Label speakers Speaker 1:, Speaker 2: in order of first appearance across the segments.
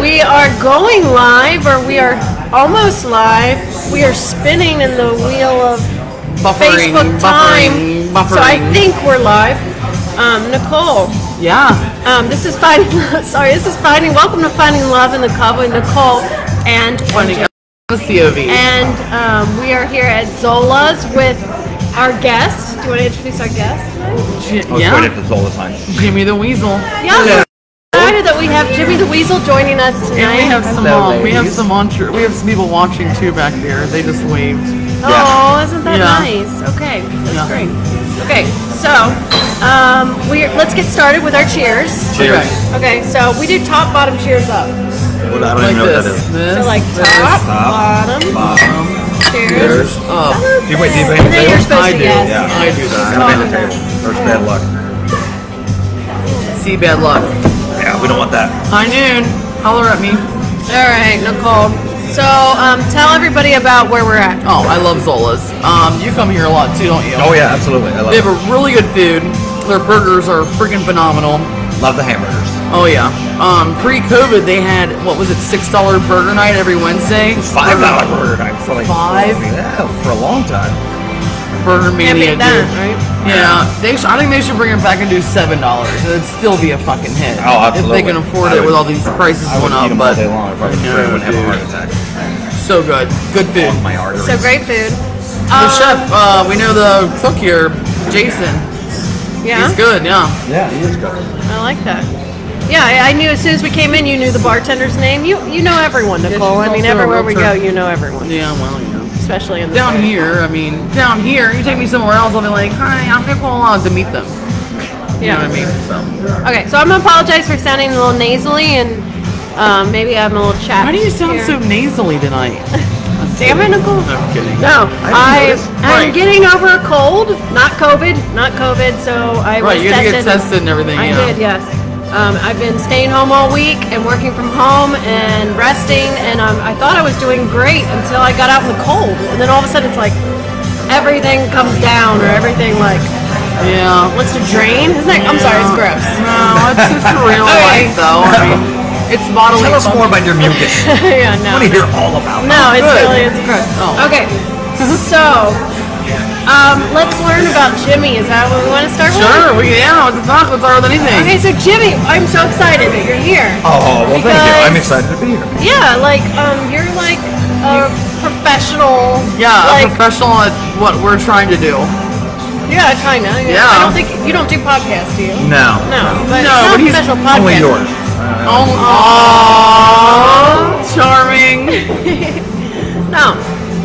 Speaker 1: We are going live, or we are almost live. We are spinning in the wheel of
Speaker 2: Buffering,
Speaker 1: Facebook time.
Speaker 2: buffering, buffering.
Speaker 1: So I think we're live. Um, Nicole,
Speaker 2: Yeah.
Speaker 1: um, this is finding. Sorry, this is finding. Welcome to Finding Love in the Cowboy. Nicole and
Speaker 2: Funny.
Speaker 1: MJ.
Speaker 2: The COV.
Speaker 1: and um, we are here at Zola's with our guest. Do you want to introduce our guest?
Speaker 3: I was waiting
Speaker 2: yeah.
Speaker 3: for this all the time.
Speaker 2: Jimmy the Weasel.
Speaker 1: Yeah.
Speaker 2: Yeah.
Speaker 1: Excited that we have Jimmy the Weasel joining us tonight.
Speaker 2: And we have some
Speaker 3: Hello,
Speaker 2: um, we have
Speaker 3: ladies.
Speaker 2: some watcher, we have some people watching too back there. They just waved.
Speaker 1: Oh, isn't that
Speaker 2: Yeah.
Speaker 1: nice? Okay, that's
Speaker 2: Yeah.
Speaker 1: great. Okay, so um, we let's get started with our cheers.
Speaker 3: Cheers.
Speaker 2: Okay.
Speaker 1: Okay, so we do top bottom cheers up.
Speaker 3: Well, I don't
Speaker 2: Like
Speaker 3: even know
Speaker 2: this.
Speaker 3: what that is. Um,
Speaker 2: This,
Speaker 1: So like
Speaker 2: this.
Speaker 1: top,
Speaker 3: Top,
Speaker 1: bottom,
Speaker 3: Bottom,
Speaker 1: cheers.
Speaker 3: there's.
Speaker 2: Oh,
Speaker 3: Do you wait? Do you pay
Speaker 1: And then you're
Speaker 3: the table?
Speaker 1: supposed
Speaker 2: I
Speaker 1: to
Speaker 2: do,
Speaker 1: yes.
Speaker 3: Yeah, I
Speaker 1: yes.
Speaker 3: do
Speaker 1: She's
Speaker 3: that. I pay the
Speaker 1: calling
Speaker 3: table. There's bad luck.
Speaker 2: see bad luck.
Speaker 3: Yeah, we don't want that.
Speaker 2: High noon. Holler at me.
Speaker 1: them. All right, Nicole. So um, tell everybody about where we're at.
Speaker 2: Oh, I love Zola's. Um, you come here a lot too, don't you?
Speaker 3: Oh yeah, absolutely. I love
Speaker 2: They
Speaker 3: it.
Speaker 2: have a really good food. Their burgers are freaking phenomenal.
Speaker 3: Love the hamburgers.
Speaker 2: Oh yeah. Um, pre-COVID, they had what was it, six dollar burger night every Wednesday.
Speaker 3: Five dollar burger night for like
Speaker 2: Five?
Speaker 3: Yeah, for a long time.
Speaker 2: Burger
Speaker 1: Can't
Speaker 2: Mania.
Speaker 1: beat
Speaker 2: dude.
Speaker 1: that, right?
Speaker 2: Yeah, they sh- I think they should bring it back and do seven dollars. It'd still be a fucking hit.
Speaker 3: Oh,
Speaker 2: If
Speaker 3: absolutely.
Speaker 2: they can afford
Speaker 3: I
Speaker 2: it with
Speaker 3: would-
Speaker 2: all these prices
Speaker 3: I would
Speaker 2: going up,
Speaker 3: eat them all day
Speaker 2: but
Speaker 3: long if I was afraid I wouldn't have a heart attack.
Speaker 2: so good, good food.
Speaker 3: Oh, My arteries.
Speaker 1: So great food. Um,
Speaker 2: the chef, uh, we know the cook here, Jason.
Speaker 1: Yeah,
Speaker 2: He's good. Yeah.
Speaker 3: Yeah, he is good.
Speaker 1: I like that. Yeah, I, I knew as soon as we came in, you knew the bartender's name. You you know everyone, Nicole.
Speaker 2: she's
Speaker 1: I mean,
Speaker 2: also a
Speaker 1: everywhere we go,
Speaker 2: realtor.
Speaker 1: you know everyone,
Speaker 2: Yeah. Well, you know.
Speaker 1: especially in the
Speaker 2: Down here, I mean, down here, you take me somewhere else, I'll be like, hi, I'm Nicole, allowed to meet them. You
Speaker 1: Yeah.
Speaker 2: know what I mean? So.
Speaker 1: Okay, so I'm gonna apologize for sounding a little nasally and um, maybe I'm a little chat.
Speaker 2: Why do you sound
Speaker 1: here.
Speaker 2: so nasally tonight?
Speaker 1: Damn it, Nicole.
Speaker 2: I'm kidding.
Speaker 1: No, I,
Speaker 3: notice.
Speaker 1: I am
Speaker 2: Right.
Speaker 1: getting over a cold, not COVID, not COVID. So I
Speaker 2: Right,
Speaker 1: was
Speaker 2: you had to
Speaker 1: tested.
Speaker 2: get tested and everything.
Speaker 1: I
Speaker 2: yeah.
Speaker 1: did, yes. Um, I've been staying home all week and working from home and resting, and um, I thought I was doing great until I got out in the cold, and then all of a sudden it's like everything comes down or everything like
Speaker 2: Yeah.
Speaker 1: wants to drain. Isn't that? I'm sorry, it's gross.
Speaker 2: No, it's just a real
Speaker 1: Okay.
Speaker 2: life, though. I mean, it's bodily.
Speaker 3: Tell us more about your mucus. I
Speaker 1: yeah, no.
Speaker 3: want to hear all about it.
Speaker 1: No, it's
Speaker 2: Good.
Speaker 1: really it's gross.
Speaker 2: Oh.
Speaker 1: Okay, so um, let's learn about Jimmy. Is that what we want to start
Speaker 2: Sure,
Speaker 1: with?
Speaker 2: we, yeah, what the fuck? What's harder than anything?
Speaker 1: Okay, so Jimmy, I'm so excited that you're here.
Speaker 3: Oh well, thank you. I'm
Speaker 1: Because-
Speaker 3: excited to be here.
Speaker 1: Yeah, like um, you're like a professional.
Speaker 2: Yeah,
Speaker 1: like
Speaker 2: a professional at what we're trying to do.
Speaker 1: yeah, kind of. Yeah.
Speaker 2: Yeah.
Speaker 1: I don't think you don't do podcasts, do you?
Speaker 3: No.
Speaker 1: No, but
Speaker 2: No,
Speaker 1: it's not
Speaker 2: but
Speaker 1: a
Speaker 2: he's
Speaker 1: professional podcast.
Speaker 3: Only yours.
Speaker 2: Oh, aw, charming.
Speaker 1: No.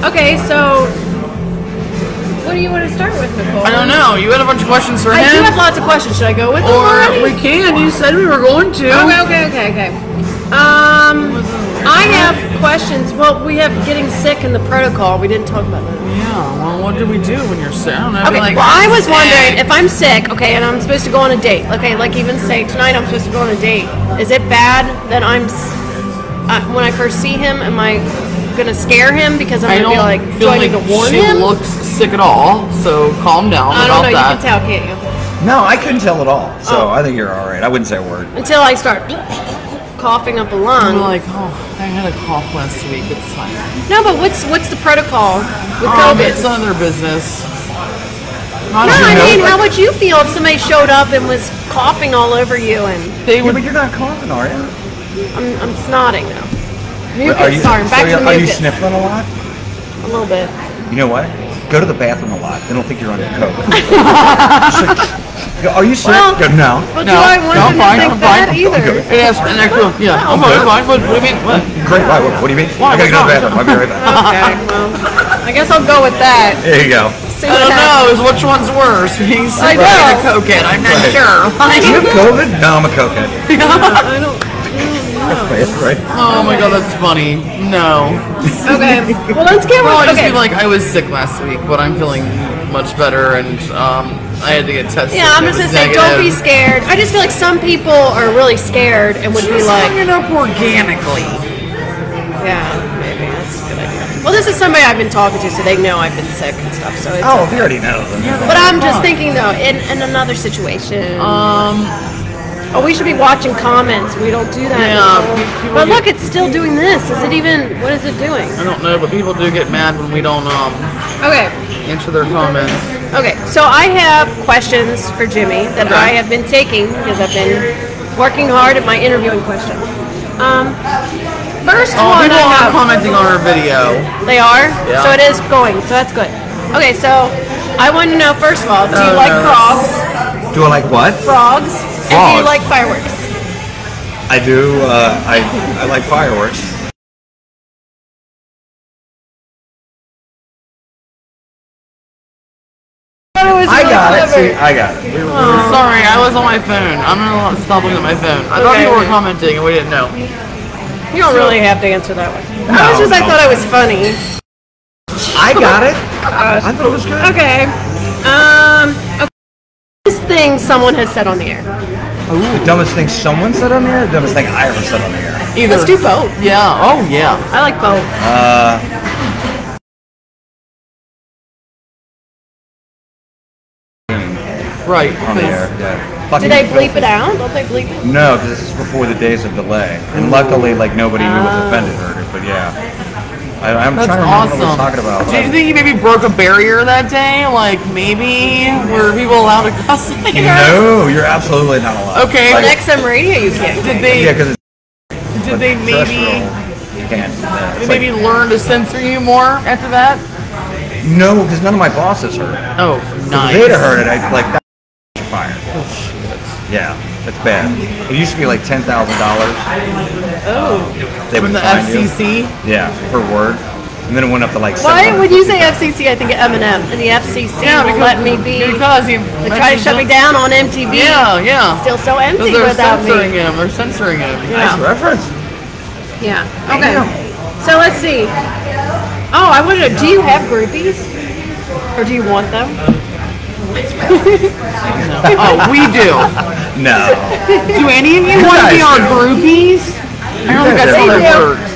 Speaker 1: Okay, so what do you want to start with, Nicole?
Speaker 2: I don't know. You had a bunch of questions for
Speaker 1: I do
Speaker 2: him,
Speaker 1: have lots of questions. Should I go with them already?
Speaker 2: or we can. You said we were going to.
Speaker 1: Okay, okay, okay, okay. Um, I have questions. Well, we have getting sick in the protocol. We didn't talk about that.
Speaker 2: Yeah. Well, what do we do when you're sick? I don't know.
Speaker 1: Okay.
Speaker 2: like,
Speaker 1: well, I was
Speaker 2: sick.
Speaker 1: wondering if I'm sick, okay, and I'm supposed to go on a date, okay, like even say tonight I'm supposed to go on a date. Is it bad that I'm s- uh, when I first see him? Am I gonna scare him because I'm
Speaker 2: I
Speaker 1: gonna
Speaker 2: don't
Speaker 1: be like, do
Speaker 2: feel
Speaker 1: I
Speaker 2: like
Speaker 1: need to warn
Speaker 2: she
Speaker 1: him?
Speaker 2: looks sick at all. So calm down
Speaker 1: I
Speaker 2: about
Speaker 1: don't know.
Speaker 2: that.
Speaker 1: You can tell, can't you?
Speaker 3: No, I couldn't tell at all. So
Speaker 1: Oh.
Speaker 3: I think you're all right. I wouldn't say a word.
Speaker 1: Until I start coughing up a
Speaker 2: I'm
Speaker 1: lung.
Speaker 2: like, oh, I had a cough last week. It's fine.
Speaker 1: No, but what's what's the protocol with
Speaker 2: Um,
Speaker 1: COVID?
Speaker 2: it's none of their business. Not
Speaker 1: No,
Speaker 2: you
Speaker 1: I
Speaker 2: know,
Speaker 1: mean,
Speaker 2: like,
Speaker 1: how would you feel if somebody showed up and was coughing all over you and
Speaker 2: they
Speaker 3: Yeah,
Speaker 2: would.
Speaker 3: but you're not coughing, are you?
Speaker 1: I'm, I'm snotting now?
Speaker 3: But Are you,
Speaker 1: Mucus, sorry, I'm
Speaker 3: so
Speaker 1: back
Speaker 3: you-
Speaker 1: to
Speaker 3: are you
Speaker 1: mucus.
Speaker 3: sniffling a lot?
Speaker 1: A little bit.
Speaker 3: You know what? Go to the bathroom a lot. They don't think you're on coke. Go, are you sick?
Speaker 1: Well-
Speaker 3: Go, no.
Speaker 1: But do
Speaker 2: No,
Speaker 1: I want
Speaker 2: no,
Speaker 1: them
Speaker 2: I'm
Speaker 1: to
Speaker 2: fine,
Speaker 1: think
Speaker 2: I'm
Speaker 1: that
Speaker 2: fine.
Speaker 1: either?
Speaker 2: It has an actual. Yeah,
Speaker 3: I'm
Speaker 2: I'm okay,
Speaker 3: good.
Speaker 2: fine. What, what do you mean? What?
Speaker 3: Great. Why, what, what do you mean?
Speaker 2: Why,
Speaker 3: I gotta go to the
Speaker 2: what's
Speaker 3: bathroom. I'll be right back.
Speaker 1: Okay, well, I guess I'll go with that.
Speaker 3: There you go.
Speaker 1: See
Speaker 2: I
Speaker 1: what
Speaker 2: don't
Speaker 1: happens.
Speaker 2: know. Is which one's worse? Being sick
Speaker 1: know.
Speaker 2: or a cokehead? I'm not
Speaker 3: Right.
Speaker 2: sure.
Speaker 3: Do you have COVID? No, I'm a cokehead.
Speaker 1: I don't.
Speaker 3: That's right.
Speaker 2: oh my god, that's funny. No.
Speaker 1: Okay. Well, let's get
Speaker 2: Well, I
Speaker 1: one.
Speaker 2: just
Speaker 1: Okay.
Speaker 2: feel like I was sick last week, but I'm feeling much better, and um, I had to get tested.
Speaker 1: Yeah, I'm
Speaker 2: It
Speaker 1: just gonna
Speaker 2: was
Speaker 1: say, don't be
Speaker 2: negative.
Speaker 1: scared. I just feel like some people are really scared and would be
Speaker 2: Just
Speaker 1: like,
Speaker 2: hanging up organically.
Speaker 1: yeah, maybe that's a good idea. Well, this is somebody I've been talking to, so they know I've been sick and stuff. So it's
Speaker 3: Oh, if you already know. Then.
Speaker 2: Uh,
Speaker 1: But I'm just thinking though, in, in another situation.
Speaker 2: Um,
Speaker 1: oh, we should be watching comments. We don't do that.
Speaker 2: Yeah,
Speaker 1: anymore.
Speaker 2: pe- people
Speaker 1: but
Speaker 2: get-
Speaker 1: look, it's still doing this. Is it even? What is it doing?
Speaker 2: I don't know, but people do get mad when we don't um,
Speaker 1: Okay.
Speaker 2: answer their comments.
Speaker 1: Okay, so I have questions for Jimmy that
Speaker 2: Okay.
Speaker 1: I have been taking because I've been working hard at my interviewing questions. Um, first
Speaker 2: Oh,
Speaker 1: one
Speaker 2: people
Speaker 1: I
Speaker 2: are
Speaker 1: have,
Speaker 2: commenting on our video.
Speaker 1: they are,
Speaker 2: Yeah.
Speaker 1: so it is going, so that's good. Okay, so I want to know first of all, do you
Speaker 2: Oh,
Speaker 1: like
Speaker 2: no.
Speaker 1: frogs?
Speaker 3: Do I like what?
Speaker 1: Frogs? And do you
Speaker 3: Frogs?
Speaker 1: like fireworks?
Speaker 3: I do. Uh, I I like fireworks. I got it. See, I got it. We were-
Speaker 2: Sorry, I was on my phone. I'm gonna lo- stop looking at my phone. I thought
Speaker 1: Okay.
Speaker 2: people were commenting and we didn't know.
Speaker 1: You don't really have to answer that one. I
Speaker 3: No,
Speaker 1: was just, I
Speaker 3: no.
Speaker 1: thought I was funny.
Speaker 3: I got it. I thought it was good.
Speaker 1: Okay. Um, okay. This thing someone has said on the air.
Speaker 3: The dumbest thing someone said on the air. The dumbest thing I ever said on the air.
Speaker 2: Either.
Speaker 1: Let's do both.
Speaker 2: Yeah. Oh yeah.
Speaker 1: I like both.
Speaker 3: Uh,
Speaker 2: Right.
Speaker 3: on the
Speaker 2: please.
Speaker 3: air. Yeah. Fucking
Speaker 1: Do they
Speaker 3: filthy.
Speaker 1: bleep it out? Don't they bleep it?
Speaker 3: No, 'cause this is before the days of delay, and luckily, like nobody who was offended heard it. But yeah, I, I'm
Speaker 2: Oh. That's
Speaker 3: trying to remember
Speaker 2: awesome.
Speaker 3: what we're talking about.
Speaker 2: Do you think you maybe broke a barrier that day? Like maybe were people allowed to cuss later?
Speaker 3: no, you're absolutely not allowed.
Speaker 2: Okay.
Speaker 1: On XM radio, you can't.
Speaker 2: Did they?
Speaker 3: Yeah, because
Speaker 2: did they maybe?
Speaker 3: you can't. do that.
Speaker 2: Did
Speaker 3: It's
Speaker 2: they maybe learn to censor you more after that?
Speaker 3: like, no, because none of my bosses heard it.
Speaker 2: Oh, nice.
Speaker 3: If they'd have heard it, I'd be like that fire.
Speaker 2: Oh,
Speaker 3: Yeah, that's bad. It used to be like ten thousand dollars. Oh. They
Speaker 2: From
Speaker 3: would
Speaker 2: the
Speaker 3: fine you.
Speaker 2: FCC.
Speaker 3: Yeah, per word, and then it went up to like.
Speaker 1: Why
Speaker 3: $750.
Speaker 1: would you say FCC? I think of Eminem, and the FCC won't let me be.
Speaker 2: Because he
Speaker 1: They try to shut me down on MTV.
Speaker 2: Yeah, yeah.
Speaker 1: Still so
Speaker 2: Because
Speaker 1: empty
Speaker 2: they're
Speaker 1: without
Speaker 2: censoring
Speaker 1: me.
Speaker 2: him. They're censoring him.
Speaker 3: Nice reference.
Speaker 1: Yeah. Okay.
Speaker 3: Damn.
Speaker 1: So let's see. Oh, I want to. Do you have groupies, or do you want them?
Speaker 2: Oh, we do.
Speaker 3: No.
Speaker 2: Do any of you
Speaker 3: You
Speaker 2: want to
Speaker 3: guys
Speaker 2: be on
Speaker 3: do.
Speaker 2: groupies? I don't think
Speaker 3: guys
Speaker 2: that's
Speaker 3: do.
Speaker 2: how
Speaker 1: They
Speaker 2: that
Speaker 1: do.
Speaker 2: works.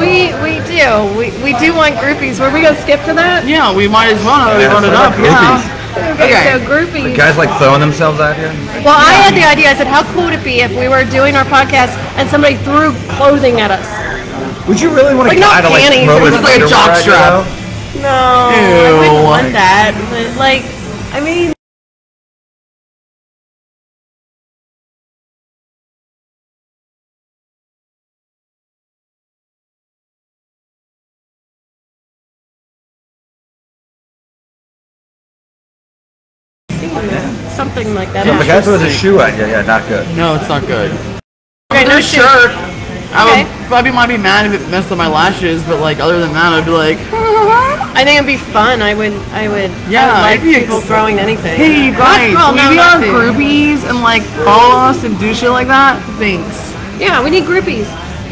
Speaker 1: We we do. We, we do want groupies. Were we gonna skip to that?
Speaker 2: Yeah, we might as well. now that We
Speaker 3: Yeah,
Speaker 2: brought it
Speaker 3: it's
Speaker 2: up.
Speaker 3: like
Speaker 2: Yeah.
Speaker 1: Okay.
Speaker 2: Okay.
Speaker 1: So groupies.
Speaker 3: Guys like throwing themselves out here.
Speaker 1: Well, I had the idea. I said, how cool would it be if we were doing our podcast and somebody threw clothing at us?
Speaker 3: Would you really want
Speaker 1: Like,
Speaker 3: a
Speaker 1: not
Speaker 3: guy to like
Speaker 1: panties,
Speaker 3: throw
Speaker 1: it
Speaker 3: his
Speaker 1: was like
Speaker 2: a
Speaker 3: underwear
Speaker 2: jock
Speaker 3: at you,
Speaker 2: strap.
Speaker 3: though?
Speaker 1: No, I wouldn't
Speaker 2: Ew.
Speaker 1: want that. But like, I mean, something like that.
Speaker 3: If a guy throws a
Speaker 2: Interesting.
Speaker 3: shoe at you, yeah, not good.
Speaker 2: No, it's not good.
Speaker 1: Okay, no
Speaker 2: Their
Speaker 1: shoes.
Speaker 2: shirt. I would
Speaker 1: Okay.
Speaker 2: probably might be mad if it messed up my lashes, but like other than that, I'd be like,
Speaker 1: I think it'd be fun. I would. I would.
Speaker 2: Yeah,
Speaker 1: I would like
Speaker 2: it'd be
Speaker 1: people
Speaker 2: ex-
Speaker 1: throwing anything.
Speaker 2: "Hey, you guys,
Speaker 1: Well,
Speaker 2: we
Speaker 1: no,
Speaker 2: be
Speaker 1: not
Speaker 2: on
Speaker 1: food.
Speaker 2: groupies and like follow us and do shit like that." Thanks.
Speaker 1: Yeah, we need groupies.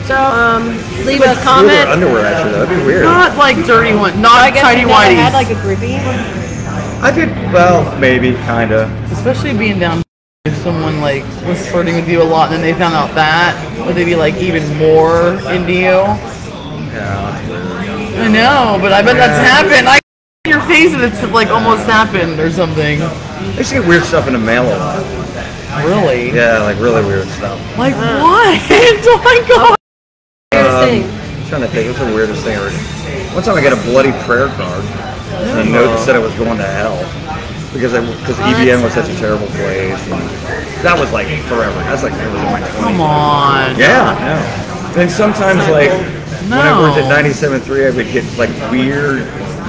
Speaker 1: So um, leave a
Speaker 3: Threw their
Speaker 1: comment.
Speaker 3: underwear at you, though. That'd be weird.
Speaker 2: Not like dirty one,
Speaker 1: I
Speaker 2: not
Speaker 1: guess
Speaker 2: tidy
Speaker 1: you never had
Speaker 2: whities.
Speaker 1: like a groupie.
Speaker 3: I could, well, maybe, kinda.
Speaker 2: Especially being down if someone like was flirting with you a lot and then they found out that, would they be like even more into you? I know, but I bet that's happened. I your face and it's like almost happened or something.
Speaker 3: I used to get weird stuff in the mail a lot.
Speaker 2: Really?
Speaker 3: Yeah, like really weird stuff.
Speaker 2: Like what? oh my god.
Speaker 1: Here's the
Speaker 3: Um,
Speaker 1: thing.
Speaker 3: I'm trying to think. What's the weirdest thing I ever One time I got a bloody prayer card and a note that said I was going to hell because I because EBN was such a terrible place. And that was like forever. That's like it was in my 20s.
Speaker 2: Come on.
Speaker 3: Yeah, yeah. And sometimes, like, when I worked at
Speaker 2: No.
Speaker 3: 97.3, I would get, like, weird,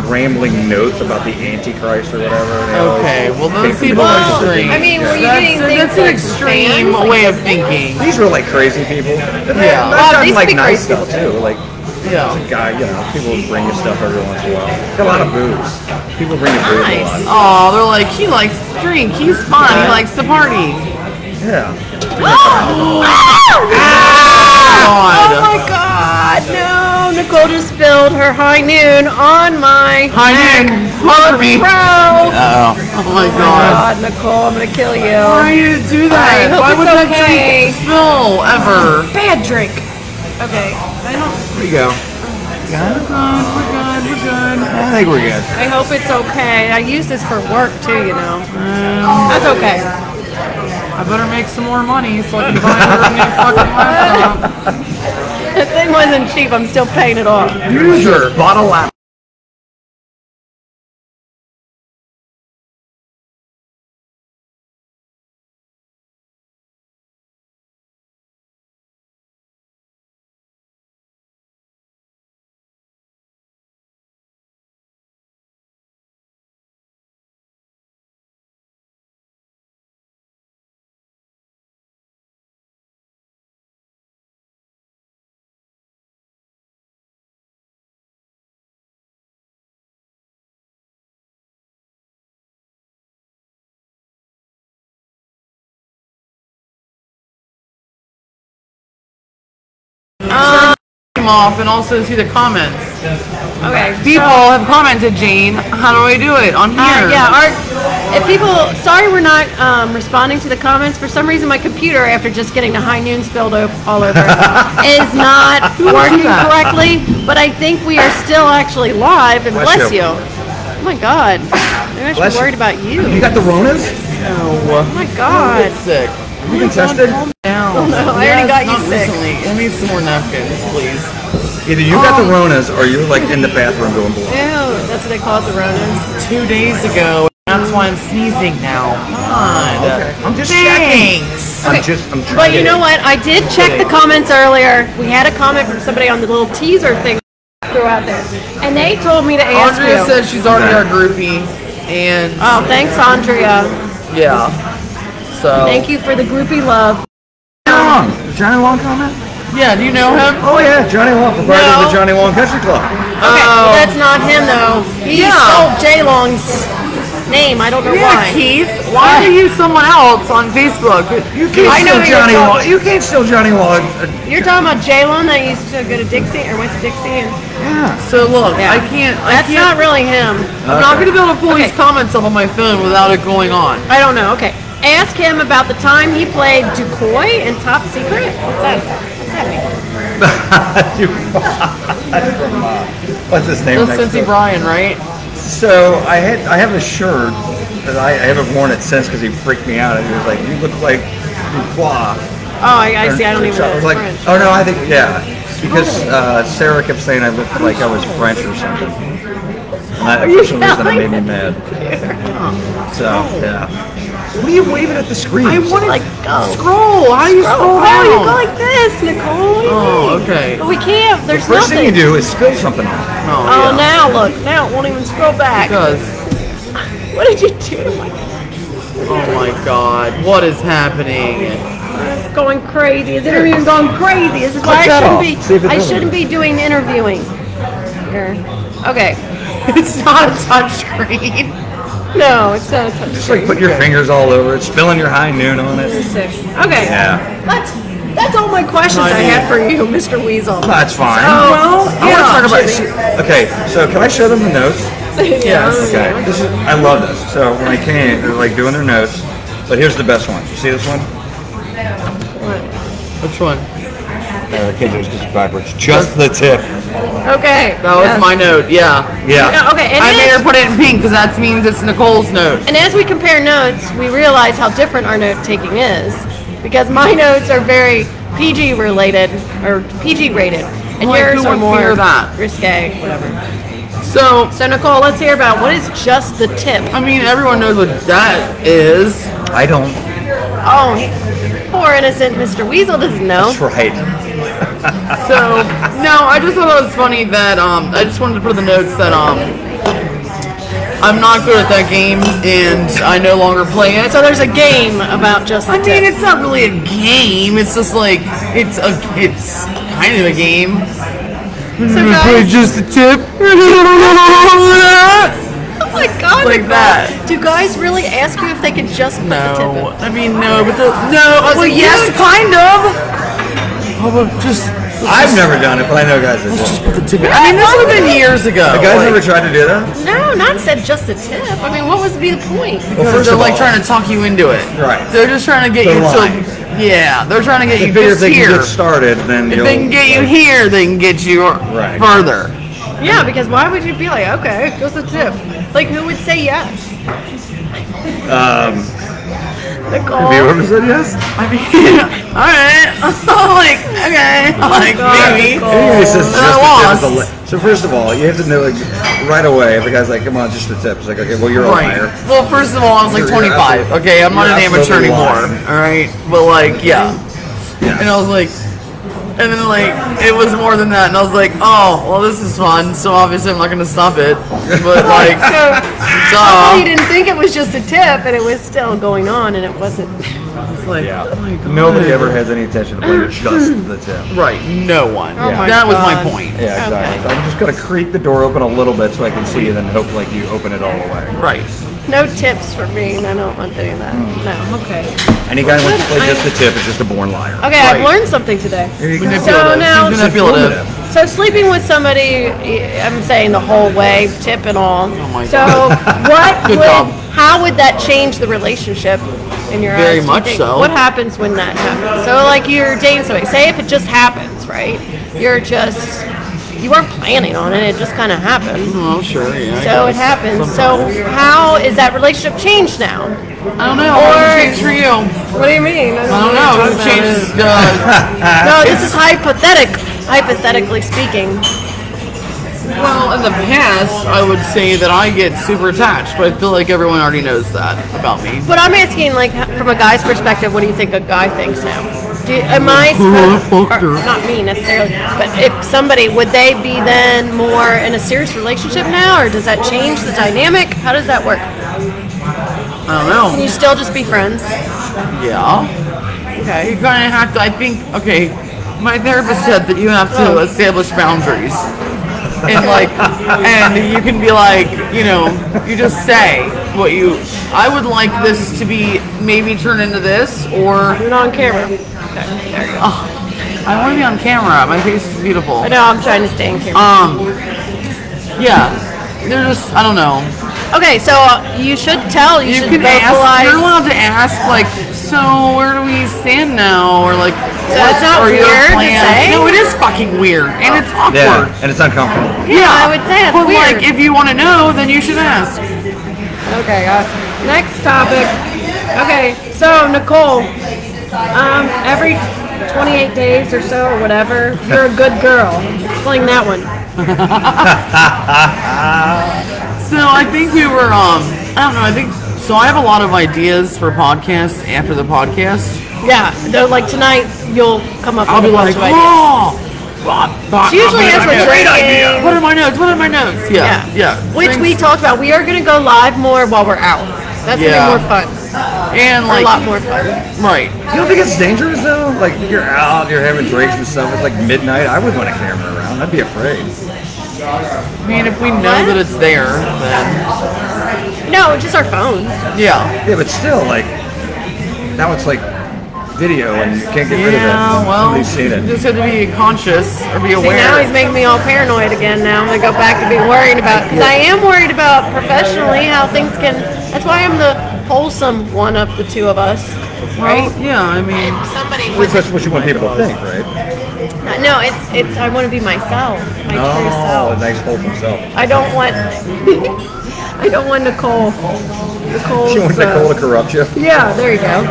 Speaker 3: rambling notes about the Antichrist or whatever. and they always
Speaker 2: Okay, well, those
Speaker 3: came from
Speaker 2: people
Speaker 3: different
Speaker 2: are
Speaker 3: places.
Speaker 2: strange.
Speaker 1: I mean, were you
Speaker 2: That's,
Speaker 1: getting things
Speaker 2: that's an
Speaker 1: like
Speaker 2: extreme
Speaker 1: fans, like
Speaker 2: way of thinking.
Speaker 3: These were, like, crazy people. And they-
Speaker 2: Yeah.
Speaker 3: I've
Speaker 2: Well,
Speaker 3: gotten,
Speaker 1: these
Speaker 3: like,
Speaker 1: could be
Speaker 3: nice
Speaker 1: crazy
Speaker 3: stuff, too. Like,
Speaker 2: Yeah.
Speaker 3: guy, you know, people bring you stuff every once in a while. Got a lot of booze. People bring you booze a
Speaker 1: Nice.
Speaker 3: lot.
Speaker 2: Oh, they're like, he likes to drink, he's fun, he likes to party.
Speaker 3: Yeah.
Speaker 2: God.
Speaker 1: Oh my God! No, Nicole just spilled her high noon on my
Speaker 2: Hi, Nick. Harvey.
Speaker 1: bro.
Speaker 2: Oh my god.
Speaker 1: God, Nicole, I'm gonna kill you.
Speaker 2: Why you do that?
Speaker 1: I hope
Speaker 2: Why
Speaker 1: it's
Speaker 2: would
Speaker 1: okay.
Speaker 2: that drink spill ever?
Speaker 1: Bad drink. Okay, I don't.
Speaker 3: Here you go.
Speaker 2: God, we're good, we're good.
Speaker 3: I think we're good.
Speaker 1: I hope it's okay. I use this for work too, you know. That's okay.
Speaker 2: I
Speaker 4: I better make some more money so I can buy a new fucking laptop.
Speaker 1: The thing wasn't cheap. I'm still paying it off.
Speaker 3: User bought a laptop.
Speaker 4: Came off and also see the comments.
Speaker 1: Okay.
Speaker 4: People have commented, Jane. How do I do it on
Speaker 1: Uh,
Speaker 4: here?
Speaker 1: yeah, our, if people, sorry we're not um, responding to the comments. For some reason, my computer, after just getting the high noon spilled o- all over, is not working correctly. But I think we are still actually live, and
Speaker 3: Bless
Speaker 1: bless,
Speaker 3: you.
Speaker 1: you. Oh my God. Maybe I should
Speaker 3: Bless
Speaker 1: be
Speaker 3: you.
Speaker 1: worried about you.
Speaker 3: You
Speaker 1: Oh
Speaker 3: got the Ronas?
Speaker 2: No.
Speaker 1: my God.
Speaker 2: Sick.
Speaker 3: You been tested?
Speaker 4: Down.
Speaker 1: No, I already got you
Speaker 2: not
Speaker 1: sick.
Speaker 2: recently. I need some more napkins, please.
Speaker 3: Either you got the
Speaker 2: Um,
Speaker 3: Ronas or you're like in the bathroom doing blow.
Speaker 1: Ew, that's what they call it, the Ronas.
Speaker 2: Two days ago. That's why I'm sneezing now. God.
Speaker 3: I'm just
Speaker 2: Thanks.
Speaker 3: I'm just, I'm trying.
Speaker 1: But you know what? I did check the comments earlier. We had a comment from somebody on the little teaser thing throughout there, and they told me to ask
Speaker 2: Andrea
Speaker 1: you.
Speaker 2: says she's already our groupie, and
Speaker 1: Oh, thanks, Andrea.
Speaker 2: yeah. So
Speaker 1: Thank you for the groupie love.
Speaker 3: Long. Johnny Long comment?
Speaker 2: yeah, do you know him?
Speaker 3: Oh yeah, Johnny Long, provider of
Speaker 1: No.
Speaker 3: the Johnny Long Country Club.
Speaker 1: Okay, well, that's not him though. He
Speaker 2: Yeah.
Speaker 1: stole Jay Long's name. I don't know
Speaker 4: Yeah,
Speaker 1: why.
Speaker 4: Keith. Why are you someone else on Facebook?
Speaker 3: You can't
Speaker 1: I know
Speaker 3: steal
Speaker 1: who you're
Speaker 3: Johnny Long.
Speaker 1: talking-
Speaker 3: You can't steal Johnny Long.
Speaker 1: You're talking about Jay Long that used to go to Dixie or went to Dixie, and
Speaker 2: So look, I can't. I
Speaker 1: that's
Speaker 2: can't.
Speaker 1: not really him.
Speaker 2: I'm not gonna be able to pull
Speaker 1: Okay.
Speaker 2: these comments up on my phone without it going on.
Speaker 1: I don't know. Okay, ask him about the time he played Ducoy in Top Secret. What's that? What's that mean?
Speaker 3: What's his name?
Speaker 2: That's
Speaker 3: next
Speaker 2: Cincy
Speaker 3: door?
Speaker 2: Bryan, right?
Speaker 3: So I had I have a shirt that I, I haven't worn it since because he freaked me out and he was like, "You look like Dubois."
Speaker 1: Oh, I, I see. I don't even know.
Speaker 3: I was
Speaker 1: It's
Speaker 3: like,
Speaker 1: French.
Speaker 3: "Oh no, I think yeah," because uh, Sarah kept saying I looked like I was French or something. And I, for some reason, that made me mad. So yeah. What are you waving at the screen?
Speaker 2: I wanted
Speaker 1: like, go.
Speaker 2: scroll. How do you
Speaker 1: Oh,
Speaker 2: scroll
Speaker 1: wow,
Speaker 2: down?
Speaker 1: you go like this, Nicole. What do you
Speaker 2: Oh,
Speaker 1: mean?
Speaker 2: okay.
Speaker 1: But we can't. There's
Speaker 3: First
Speaker 1: nothing.
Speaker 3: thing you do is spill something. on it.
Speaker 1: Oh,
Speaker 2: yeah.
Speaker 1: now look. Now it won't even scroll back.
Speaker 2: Because
Speaker 1: What did you do? Like,
Speaker 2: oh my God, what is happening?
Speaker 1: it's going crazy. Is interviewing going crazy? This is why I
Speaker 3: Click that off.
Speaker 1: shouldn't be.
Speaker 3: See if it
Speaker 1: I
Speaker 3: does it.
Speaker 1: shouldn't be doing interviewing. Here. Okay.
Speaker 2: It's not a touchscreen.
Speaker 1: No, it's not. A
Speaker 3: Just like put your fingers all over it, spilling your high noon on it.
Speaker 1: okay.
Speaker 3: Yeah,
Speaker 1: That's that's all my questions I had for you, Mr. Weasel.
Speaker 3: that's fine.
Speaker 1: well,
Speaker 3: Oh, I want
Speaker 1: yeah.
Speaker 3: to talk about. Okay, so can I show them the notes?
Speaker 2: Yes.
Speaker 3: Okay, this is, I love this. So when I came, they're like doing their notes, but here's the best one. You see this one?
Speaker 2: Which one?
Speaker 3: Uh, okay, just just backwards. Just the tip.
Speaker 1: Okay.
Speaker 2: That was my note. Yeah.
Speaker 3: Yeah.
Speaker 1: Yeah, okay, and
Speaker 2: I
Speaker 1: it
Speaker 2: made
Speaker 1: is-
Speaker 2: her put it in pink because that means it's Nicole's note.
Speaker 1: And as we compare notes, we realize how different our note taking is because my notes are very PG related or PG rated, and
Speaker 2: Like, who
Speaker 1: yours are
Speaker 2: would fear
Speaker 1: more
Speaker 2: that?
Speaker 1: risque, whatever.
Speaker 2: So
Speaker 1: So Nicole, let's hear about what is just the tip.
Speaker 2: I mean, everyone knows what that is.
Speaker 3: I don't.
Speaker 1: Oh, poor innocent Mr. Weasel doesn't know.
Speaker 3: That's right.
Speaker 2: So no, I just thought it was funny that um, I just wanted to put in the notes that um, I'm not good at that game and I no longer play it.
Speaker 1: So there's a game about just the
Speaker 2: I mean,
Speaker 1: tip.
Speaker 2: it's not really a game. It's just like it's a it's kind of a game.
Speaker 1: So guys,
Speaker 2: Mm-hmm. just the tip.
Speaker 1: oh my God,
Speaker 2: like
Speaker 1: Nicole,
Speaker 2: that.
Speaker 1: Do guys really ask you if they can just put the tip? in?
Speaker 2: no, I mean no, but the no. I was
Speaker 1: Well,
Speaker 2: like,
Speaker 1: yes,
Speaker 2: kind of. just
Speaker 3: I've never done it, but I know guys that do.
Speaker 2: put the tip. I mean, this would have been years ago.
Speaker 3: The guys ever tried to do that?
Speaker 1: No, not said just the tip. I mean, what was be the point?
Speaker 3: Well,
Speaker 2: Because
Speaker 3: first
Speaker 2: they're
Speaker 3: of
Speaker 2: like
Speaker 3: all,
Speaker 2: trying to talk you into it.
Speaker 3: Right.
Speaker 2: They're just trying to get
Speaker 3: They're
Speaker 2: you
Speaker 3: lying.
Speaker 2: to. Yeah, they're trying to get
Speaker 3: they
Speaker 2: you
Speaker 3: figure if
Speaker 2: just
Speaker 3: they
Speaker 2: here.
Speaker 3: can get started, then
Speaker 2: if
Speaker 3: you'll.
Speaker 2: they can get you here, they can get you
Speaker 3: Right.
Speaker 2: further.
Speaker 1: Yeah, because why would you be like, okay, just a tip? Like, who would say yes?
Speaker 3: Have you
Speaker 2: Nicole.
Speaker 3: ever said yes?
Speaker 2: I mean, all right. I'm like, okay. I'm like,
Speaker 1: Oh God,
Speaker 2: maybe.
Speaker 1: Nicole.
Speaker 3: Anyway, so, it's
Speaker 2: And
Speaker 3: just
Speaker 2: I
Speaker 3: the tip of the
Speaker 2: lost.
Speaker 3: li- so first of all, you have to know like, right away if the guy's like, "Come on, just the tip." It's like, "Okay, well, you're a
Speaker 2: Right.
Speaker 3: liar."
Speaker 2: Well, first of all, I was like
Speaker 3: You're- you're
Speaker 2: 25.
Speaker 3: absolutely-
Speaker 2: Okay, I'm not
Speaker 3: you're
Speaker 2: an amateur
Speaker 3: absolutely
Speaker 2: anymore.
Speaker 3: lying.
Speaker 2: All right, but like, yeah.
Speaker 3: Yeah.
Speaker 2: And I was like, and then like, it was more than that. And I was like, oh, well, this is fun. So obviously, I'm not gonna stop it. But like,
Speaker 1: He
Speaker 2: duh.
Speaker 1: didn't think it was just a tip, and it was still going on, and it wasn't.
Speaker 2: It's like,
Speaker 3: Yeah.
Speaker 2: oh my God.
Speaker 3: Nobody ever has any attention to whether it's just the tip.
Speaker 2: Right. No one.
Speaker 1: Oh my
Speaker 2: that was
Speaker 1: God.
Speaker 2: my point.
Speaker 3: Yeah, exactly. So I'm just gonna creak the door open a little bit so I can see you, then hope like you open it all the way.
Speaker 2: Right.
Speaker 1: No tips for me, and I don't want any of that. No. Okay.
Speaker 3: Any guy who wants to play just the tip is just a born liar.
Speaker 1: Okay, I've
Speaker 2: Right.
Speaker 1: learned something today.
Speaker 3: Here you go.
Speaker 1: So now-
Speaker 2: He's manipulative.
Speaker 1: So sleeping with somebody, I'm saying the whole way, tip and all. Oh
Speaker 2: my
Speaker 1: so what
Speaker 2: Good
Speaker 1: would,
Speaker 2: job.
Speaker 1: how would that change the relationship in your eyes?
Speaker 2: Very
Speaker 1: do you
Speaker 2: much
Speaker 1: think?
Speaker 2: so.
Speaker 1: What happens when that happens? So like you're dating somebody. Say if it just happens, right? You're just you weren't planning on it. It just kind of happened.
Speaker 2: Oh sure. Yeah. I
Speaker 1: So it
Speaker 2: guess.
Speaker 1: happens.
Speaker 2: Sometimes.
Speaker 1: So how is that relationship changed now?
Speaker 4: I don't know. Or
Speaker 1: Or-
Speaker 4: change for you.
Speaker 1: What do you mean?
Speaker 4: I don't know. It changes. Uh,
Speaker 1: No, this is hypothetic. Hypothetically speaking.
Speaker 2: well, in the past, I would say that I get super attached, but I feel like everyone already knows that about me.
Speaker 1: But I'm asking, like, h- from a guy's perspective, what do you think a guy thinks now? Do, am I supposed, or, not me necessarily, but if somebody would they be then more in a serious relationship now, or does that change the dynamic? How does that work?
Speaker 2: I
Speaker 1: Can
Speaker 2: don't know.
Speaker 1: you still just be friends?
Speaker 2: Yeah. Okay. You're gonna have to. I think. Okay. My therapist said that you have to establish boundaries, and like, and you can be like, you know, you just say what you. I would like this to be maybe turn into this, or
Speaker 1: You're not on camera.
Speaker 2: I want to be on camera. My face is beautiful.
Speaker 1: I know I'm trying to stay in camera.
Speaker 2: Um. Yeah. They're just. I don't know.
Speaker 1: Okay, so uh, you should tell. You,
Speaker 2: You
Speaker 1: should
Speaker 2: can ask.
Speaker 1: vocalize.
Speaker 2: You're allowed to ask, like, so where do we stand now, or like,
Speaker 1: So
Speaker 2: what
Speaker 1: it's not
Speaker 2: are your
Speaker 1: weird to
Speaker 2: plans?
Speaker 1: say?
Speaker 2: No, it is fucking weird, and it's awkward.
Speaker 3: Yeah, and it's uncomfortable.
Speaker 1: Yeah, I would say it's
Speaker 2: But
Speaker 1: weird.
Speaker 2: like, if you want to know, then you should ask.
Speaker 1: Okay, uh, next topic. Okay, so Nicole, um, every 28 days or so, or whatever, you're a good girl. Explain that one.
Speaker 2: So I think we were. Um, I don't know. I think so. I have a lot of ideas for podcasts after the podcast.
Speaker 1: Yeah, though, like tonight, you'll come up
Speaker 2: I'll be
Speaker 1: with a
Speaker 2: like,
Speaker 1: bunch of ideas.
Speaker 2: oh, Bob, Bob,
Speaker 1: She usually has like great idea.
Speaker 2: What are my notes? What are my notes? Yeah, yeah.
Speaker 1: Which we
Speaker 2: Things-
Speaker 1: talked about. We are going to go live more while we're out. That's
Speaker 2: Yeah.
Speaker 1: going to be more fun.
Speaker 2: and
Speaker 1: a
Speaker 2: like
Speaker 1: lot more fun.
Speaker 2: right.
Speaker 3: You don't think it's dangerous though? Like you're out, you're having drinks and stuff. It's like midnight. I wouldn't want a camera around. I'd be afraid.
Speaker 2: I mean, if we know that it's there, then
Speaker 1: No, just our phones.
Speaker 2: yeah.
Speaker 3: Yeah, but still, like now it's like video, and you can't get rid of it.
Speaker 2: Yeah, well, you
Speaker 3: Nobody's seen it.
Speaker 2: just have to be conscious or
Speaker 1: See,
Speaker 2: be
Speaker 1: now he's
Speaker 2: aware.
Speaker 1: making me all paranoid again. Now I'm gonna go back to be worried about because I am worried about professionally how things can. That's why I'm the wholesome one of the two of us, right?
Speaker 2: Well, yeah, I mean,
Speaker 1: Somebody
Speaker 3: Which
Speaker 1: with
Speaker 3: that's what you want people to think, right?
Speaker 1: no, it's it's. I want to be myself, my true
Speaker 3: Oh, a
Speaker 1: self.
Speaker 3: nice hold himself.
Speaker 1: I don't want. I don't want Nicole. Nicole's.
Speaker 3: She wants
Speaker 1: uh,
Speaker 3: Nicole to corrupt you.
Speaker 1: yeah, there you go.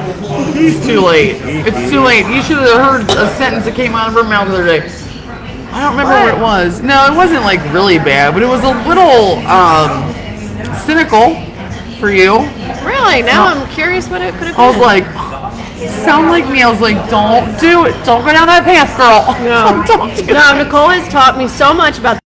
Speaker 2: It's too late. It's too late. You should have heard a sentence that came out of her mouth the other day. I don't remember what, it was. No, it wasn't like really bad, but it was a little um, cynical for you.
Speaker 1: Really? Now I'm curious what it could have been.
Speaker 2: I was like, sound like me. I was like, don't do it. Don't go down that path, girl.
Speaker 1: No.
Speaker 2: don't do that.
Speaker 1: no, Nicole has taught me so much about.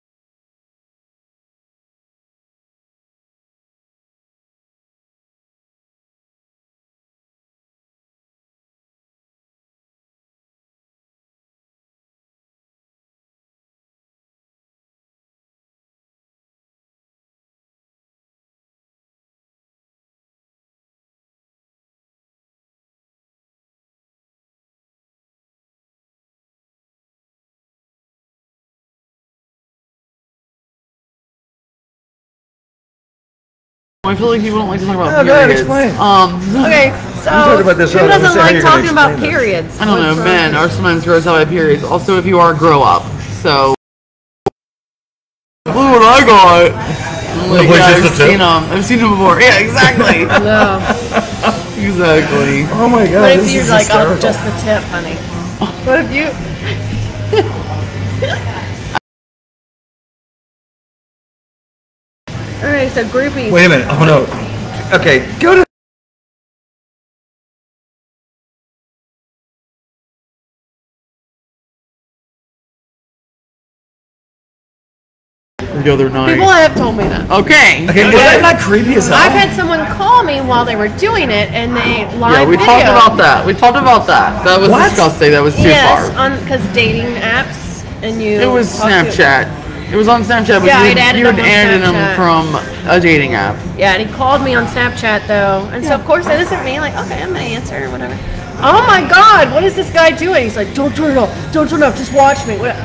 Speaker 2: I feel like you wouldn't like to talk about
Speaker 3: No, go ahead,
Speaker 2: periods.
Speaker 3: explain.
Speaker 2: Um,
Speaker 1: Okay, so
Speaker 3: talked about this
Speaker 1: who
Speaker 3: earlier. I
Speaker 1: doesn't
Speaker 3: was gonna say,
Speaker 1: like
Speaker 3: how
Speaker 1: talking
Speaker 3: you gonna
Speaker 1: about
Speaker 3: explain that?
Speaker 1: periods?
Speaker 2: I don't know. Men are sometimes grossed out by periods. Also, if you are, grow up. So. Look what I got. I'm Like,
Speaker 3: Wait,
Speaker 2: yeah,
Speaker 3: just
Speaker 2: I've
Speaker 3: the tip?
Speaker 2: seen them. I've seen them before. Yeah, exactly.
Speaker 1: No.
Speaker 2: Exactly.
Speaker 3: Oh my god.
Speaker 1: What if
Speaker 3: this
Speaker 1: you're
Speaker 3: is
Speaker 1: like, oh,
Speaker 3: hysterical.
Speaker 1: just the tip, honey? What if you? All right, so groupies.
Speaker 3: Wait a minute. Oh no. Okay, go to.
Speaker 2: The other night.
Speaker 1: People have told me that.
Speaker 2: okay.
Speaker 3: Okay, is that not creepy as hell?
Speaker 1: I've had someone call me while they were doing it, and they live
Speaker 2: Yeah, we
Speaker 1: video.
Speaker 2: talked about that. We talked about that. That was
Speaker 3: What?
Speaker 2: disgusting. That was too
Speaker 1: yes,
Speaker 2: far.
Speaker 1: on because dating apps and you.
Speaker 2: It was
Speaker 1: talk to-
Speaker 2: Snapchat. It was on Snapchat, but
Speaker 1: Yeah,
Speaker 2: you,
Speaker 1: I'd added
Speaker 2: you had
Speaker 1: them on
Speaker 2: added them
Speaker 1: Snapchat.
Speaker 2: from a dating app.
Speaker 1: Yeah, and he called me on Snapchat though, and so of course it isn't me. Like, okay, I'm gonna answer or whatever. Oh my God, what is this guy doing? He's like, don't turn it off, don't turn it off, just watch me. What-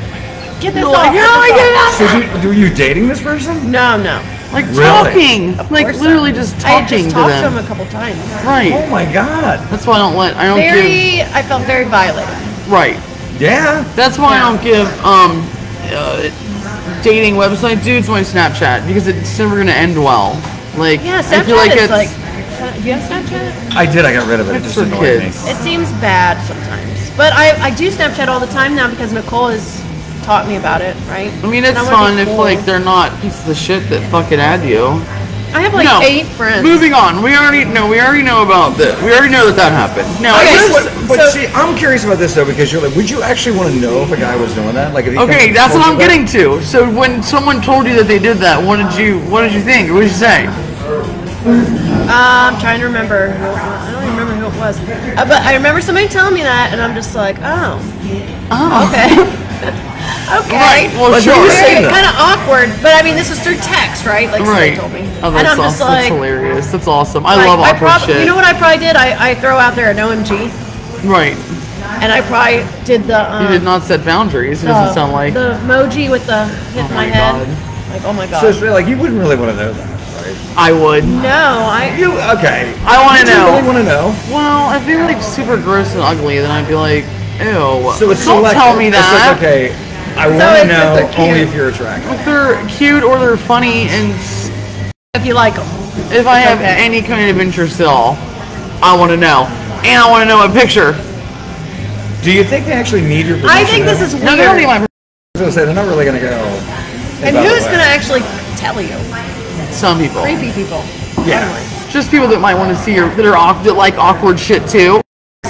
Speaker 1: Get this off.
Speaker 2: Like,
Speaker 1: get
Speaker 2: how
Speaker 1: this
Speaker 2: I
Speaker 1: off."
Speaker 3: So you, were you dating this person?
Speaker 1: No, no.
Speaker 2: Like
Speaker 3: Really?
Speaker 2: talking. Like
Speaker 1: course
Speaker 2: literally just
Speaker 1: I had
Speaker 2: talking
Speaker 1: just
Speaker 2: to
Speaker 1: talked to him
Speaker 2: them.
Speaker 1: a couple times.
Speaker 3: Oh
Speaker 2: Right.
Speaker 3: my god.
Speaker 2: That's why I don't let. I don't
Speaker 1: Very, I felt very violated.
Speaker 2: give. Right.
Speaker 3: Yeah.
Speaker 2: That's why I don't give um uh, dating website dudes my Snapchat because it's never gonna end well. Like
Speaker 1: Yeah,
Speaker 2: I feel like
Speaker 1: Snapchat
Speaker 2: it's
Speaker 1: is like, do you have Snapchat?
Speaker 3: I did. I got rid of it. It
Speaker 2: It's
Speaker 3: just
Speaker 2: for
Speaker 3: annoyed
Speaker 2: kids.
Speaker 1: It seems bad sometimes, but I, I do Snapchat all the time now because Nicole has taught me about it. Right?
Speaker 2: I mean it's
Speaker 1: And wanna
Speaker 2: fun
Speaker 1: be
Speaker 2: if
Speaker 1: cool.
Speaker 2: like they're not pieces of shit that fucking add you.
Speaker 1: I have like
Speaker 2: no.
Speaker 1: eight friends.
Speaker 2: Moving on. We already know. We already know about this. We already know that that happened. No.
Speaker 3: I
Speaker 2: I
Speaker 3: guess
Speaker 2: just-
Speaker 3: what, but
Speaker 1: so-
Speaker 3: see, I'm curious about this though because you're like, would you actually want to know if a guy was doing that? Like, if he
Speaker 2: okay,
Speaker 3: comes-
Speaker 2: that's what
Speaker 3: told
Speaker 2: I'm
Speaker 3: you that?
Speaker 2: getting to. So when someone told you that they did that, what did you what did you think? What did you say?
Speaker 1: Uh, I'm trying to remember. Who it was. I don't even remember who it was. Uh, but I remember somebody telling me that, and I'm just like, oh. Oh. Okay. okay.
Speaker 2: Right, well,
Speaker 3: But sure. you say that.
Speaker 1: Kind of awkward, but I mean, this was through text, right? Like somebody
Speaker 2: Right.
Speaker 1: told me,
Speaker 2: Oh,
Speaker 1: and
Speaker 2: that's
Speaker 1: I'm
Speaker 2: awesome.
Speaker 1: just like,
Speaker 2: that's hilarious. That's awesome. I
Speaker 1: like,
Speaker 2: love
Speaker 1: I
Speaker 2: awkward
Speaker 1: prob-
Speaker 2: shit.
Speaker 1: You know what I probably did? I, I throw out there an OMG,
Speaker 2: Right.
Speaker 1: and I probably did the. Um,
Speaker 2: You did not set boundaries. It
Speaker 1: the-
Speaker 2: doesn't sound like.
Speaker 1: the emoji with the hit
Speaker 2: Oh
Speaker 1: my,
Speaker 2: my
Speaker 1: head.
Speaker 2: God.
Speaker 1: Like, oh my god.
Speaker 3: So it's really like you wouldn't really want to know that, right?
Speaker 2: I would.
Speaker 1: no, I.
Speaker 3: You okay?
Speaker 2: I want to
Speaker 3: Do you really
Speaker 2: know.
Speaker 3: want to know?
Speaker 2: Well, if they're like super gross and ugly, then I'd be like, ew.
Speaker 3: So it's
Speaker 2: Don't
Speaker 3: selective.
Speaker 2: tell me
Speaker 3: It's like,
Speaker 2: that.
Speaker 3: okay, I
Speaker 1: it's
Speaker 3: want
Speaker 1: if
Speaker 3: to
Speaker 1: they're
Speaker 3: know
Speaker 1: cute.
Speaker 3: only if you're attractive.
Speaker 2: If they're cute or they're funny, and s-
Speaker 1: If you like 'em.
Speaker 2: if I have
Speaker 1: okay.
Speaker 2: any kind of interest at all, I want to know, and I want to know a picture.
Speaker 3: Do you think they actually need your? Permission
Speaker 1: I think this is
Speaker 3: though?
Speaker 1: weird.
Speaker 2: No, they don't need my
Speaker 3: I was gonna say they're not really gonna go.
Speaker 1: and who's gonna actually tell you?
Speaker 2: some people,
Speaker 1: Creepy people.
Speaker 3: Yeah.
Speaker 2: just people that might want to see your that are off that like awkward shit too.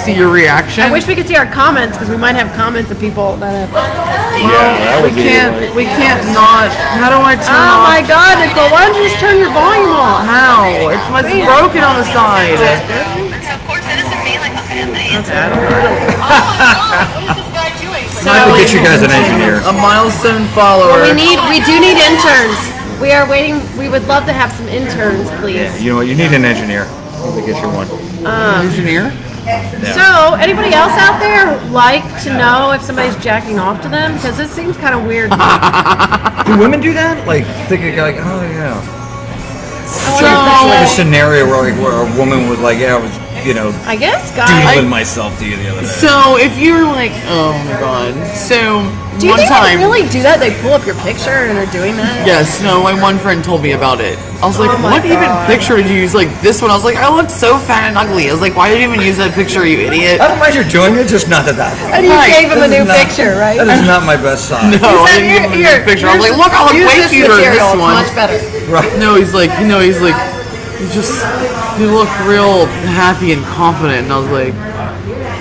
Speaker 2: See your reaction.
Speaker 1: I wish we could see our comments because we might have comments of people that have.
Speaker 3: Yeah, that
Speaker 2: we
Speaker 3: would be
Speaker 2: can't.
Speaker 3: like-
Speaker 2: we can't not. How do I turn
Speaker 1: Oh
Speaker 2: off?
Speaker 1: my God, Nicole! Why don't you just turn your volume off?
Speaker 2: How? It's, it's broken on the side.
Speaker 5: So of course it isn't me, like, okay, I'm Oh the answer.
Speaker 3: I will get you guys an engineer.
Speaker 2: A milestone follower.
Speaker 1: We need. We do need interns. We are waiting. We would love to have some interns,
Speaker 3: Yeah,
Speaker 1: please.
Speaker 3: you know what? You need an engineer. We get you one.
Speaker 2: engineer.
Speaker 1: So, anybody else out there like to know if somebody's jacking off to them? Because this seems kind of weird. I
Speaker 3: Do women do that? Like thinking like, oh yeah. It's like a
Speaker 2: So,
Speaker 3: scenario where like where a woman would like, yeah, I was you know
Speaker 1: I guess, guys.
Speaker 3: dealing myself to you the other day.
Speaker 2: so if you're like, oh my god. So
Speaker 1: Do you
Speaker 2: one
Speaker 1: think
Speaker 2: time,
Speaker 1: they really do that? They pull up your picture and are doing that.
Speaker 2: yes, no. My one friend told me about it. I was like,
Speaker 1: Oh my
Speaker 2: what even
Speaker 1: God.
Speaker 2: picture did you use? Like this one. I was like, I looked so fat and ugly. I was like, why did you even use that picture, you idiot?
Speaker 3: I
Speaker 1: Oh,
Speaker 3: don't mind you doing it, just not that that.
Speaker 1: And you
Speaker 2: Right.
Speaker 1: gave them a
Speaker 3: This
Speaker 1: new
Speaker 3: is not-
Speaker 1: picture, right?
Speaker 3: That is not my best side.
Speaker 2: No, I
Speaker 1: said,
Speaker 2: didn't
Speaker 1: "Here- here,
Speaker 2: even use the picture. I was
Speaker 1: here's-
Speaker 2: like, look, I look
Speaker 1: use
Speaker 2: way
Speaker 1: this
Speaker 2: cuter in
Speaker 1: material,
Speaker 2: this
Speaker 1: it's
Speaker 2: one.
Speaker 1: Much better.
Speaker 3: Right.
Speaker 2: No, he's like, you know, he's like, you just, you look real happy and confident. And I was like,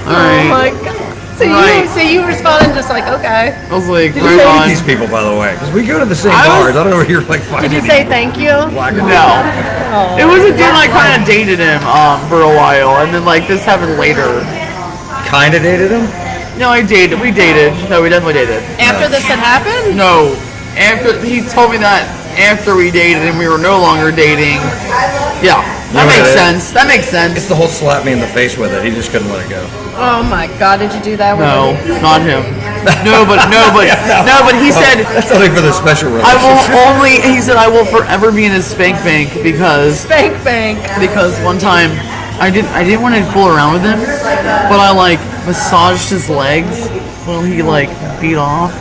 Speaker 2: all
Speaker 1: Oh
Speaker 2: right.
Speaker 1: my god. So
Speaker 2: Right.
Speaker 1: you so you responded just like okay.
Speaker 2: I was like,
Speaker 1: you
Speaker 2: move
Speaker 1: say
Speaker 2: on.
Speaker 3: These people, by the way, because we go to the same
Speaker 2: I was-
Speaker 3: bars. I don't know where you're like finding
Speaker 1: Did you
Speaker 3: these
Speaker 1: say thank you?
Speaker 3: black
Speaker 2: No.
Speaker 1: Oh.
Speaker 2: It was a dude I kind of dated him um, for a while, and then like this happened later.
Speaker 3: Kind of dated him.
Speaker 2: No, I dated. We dated. No, we definitely dated.
Speaker 1: After this had happened?
Speaker 2: No, after he told me that after we dated and we were no longer dating. Yeah, that
Speaker 3: Yeah.
Speaker 2: makes sense. That makes
Speaker 3: It's
Speaker 2: sense.
Speaker 3: the whole slap me in the face with it. He just couldn't let it go.
Speaker 1: Oh my god, did you do that with
Speaker 2: No,
Speaker 1: him?
Speaker 2: not him. No, but no, but no, but he said
Speaker 3: That's something for the special
Speaker 2: I
Speaker 3: relationship.
Speaker 2: will only. He said I will forever be in his spank bank because
Speaker 1: Bank bank.
Speaker 2: because one time I didn't I didn't want to fool around with him, but I like massaged his legs while he like beat off.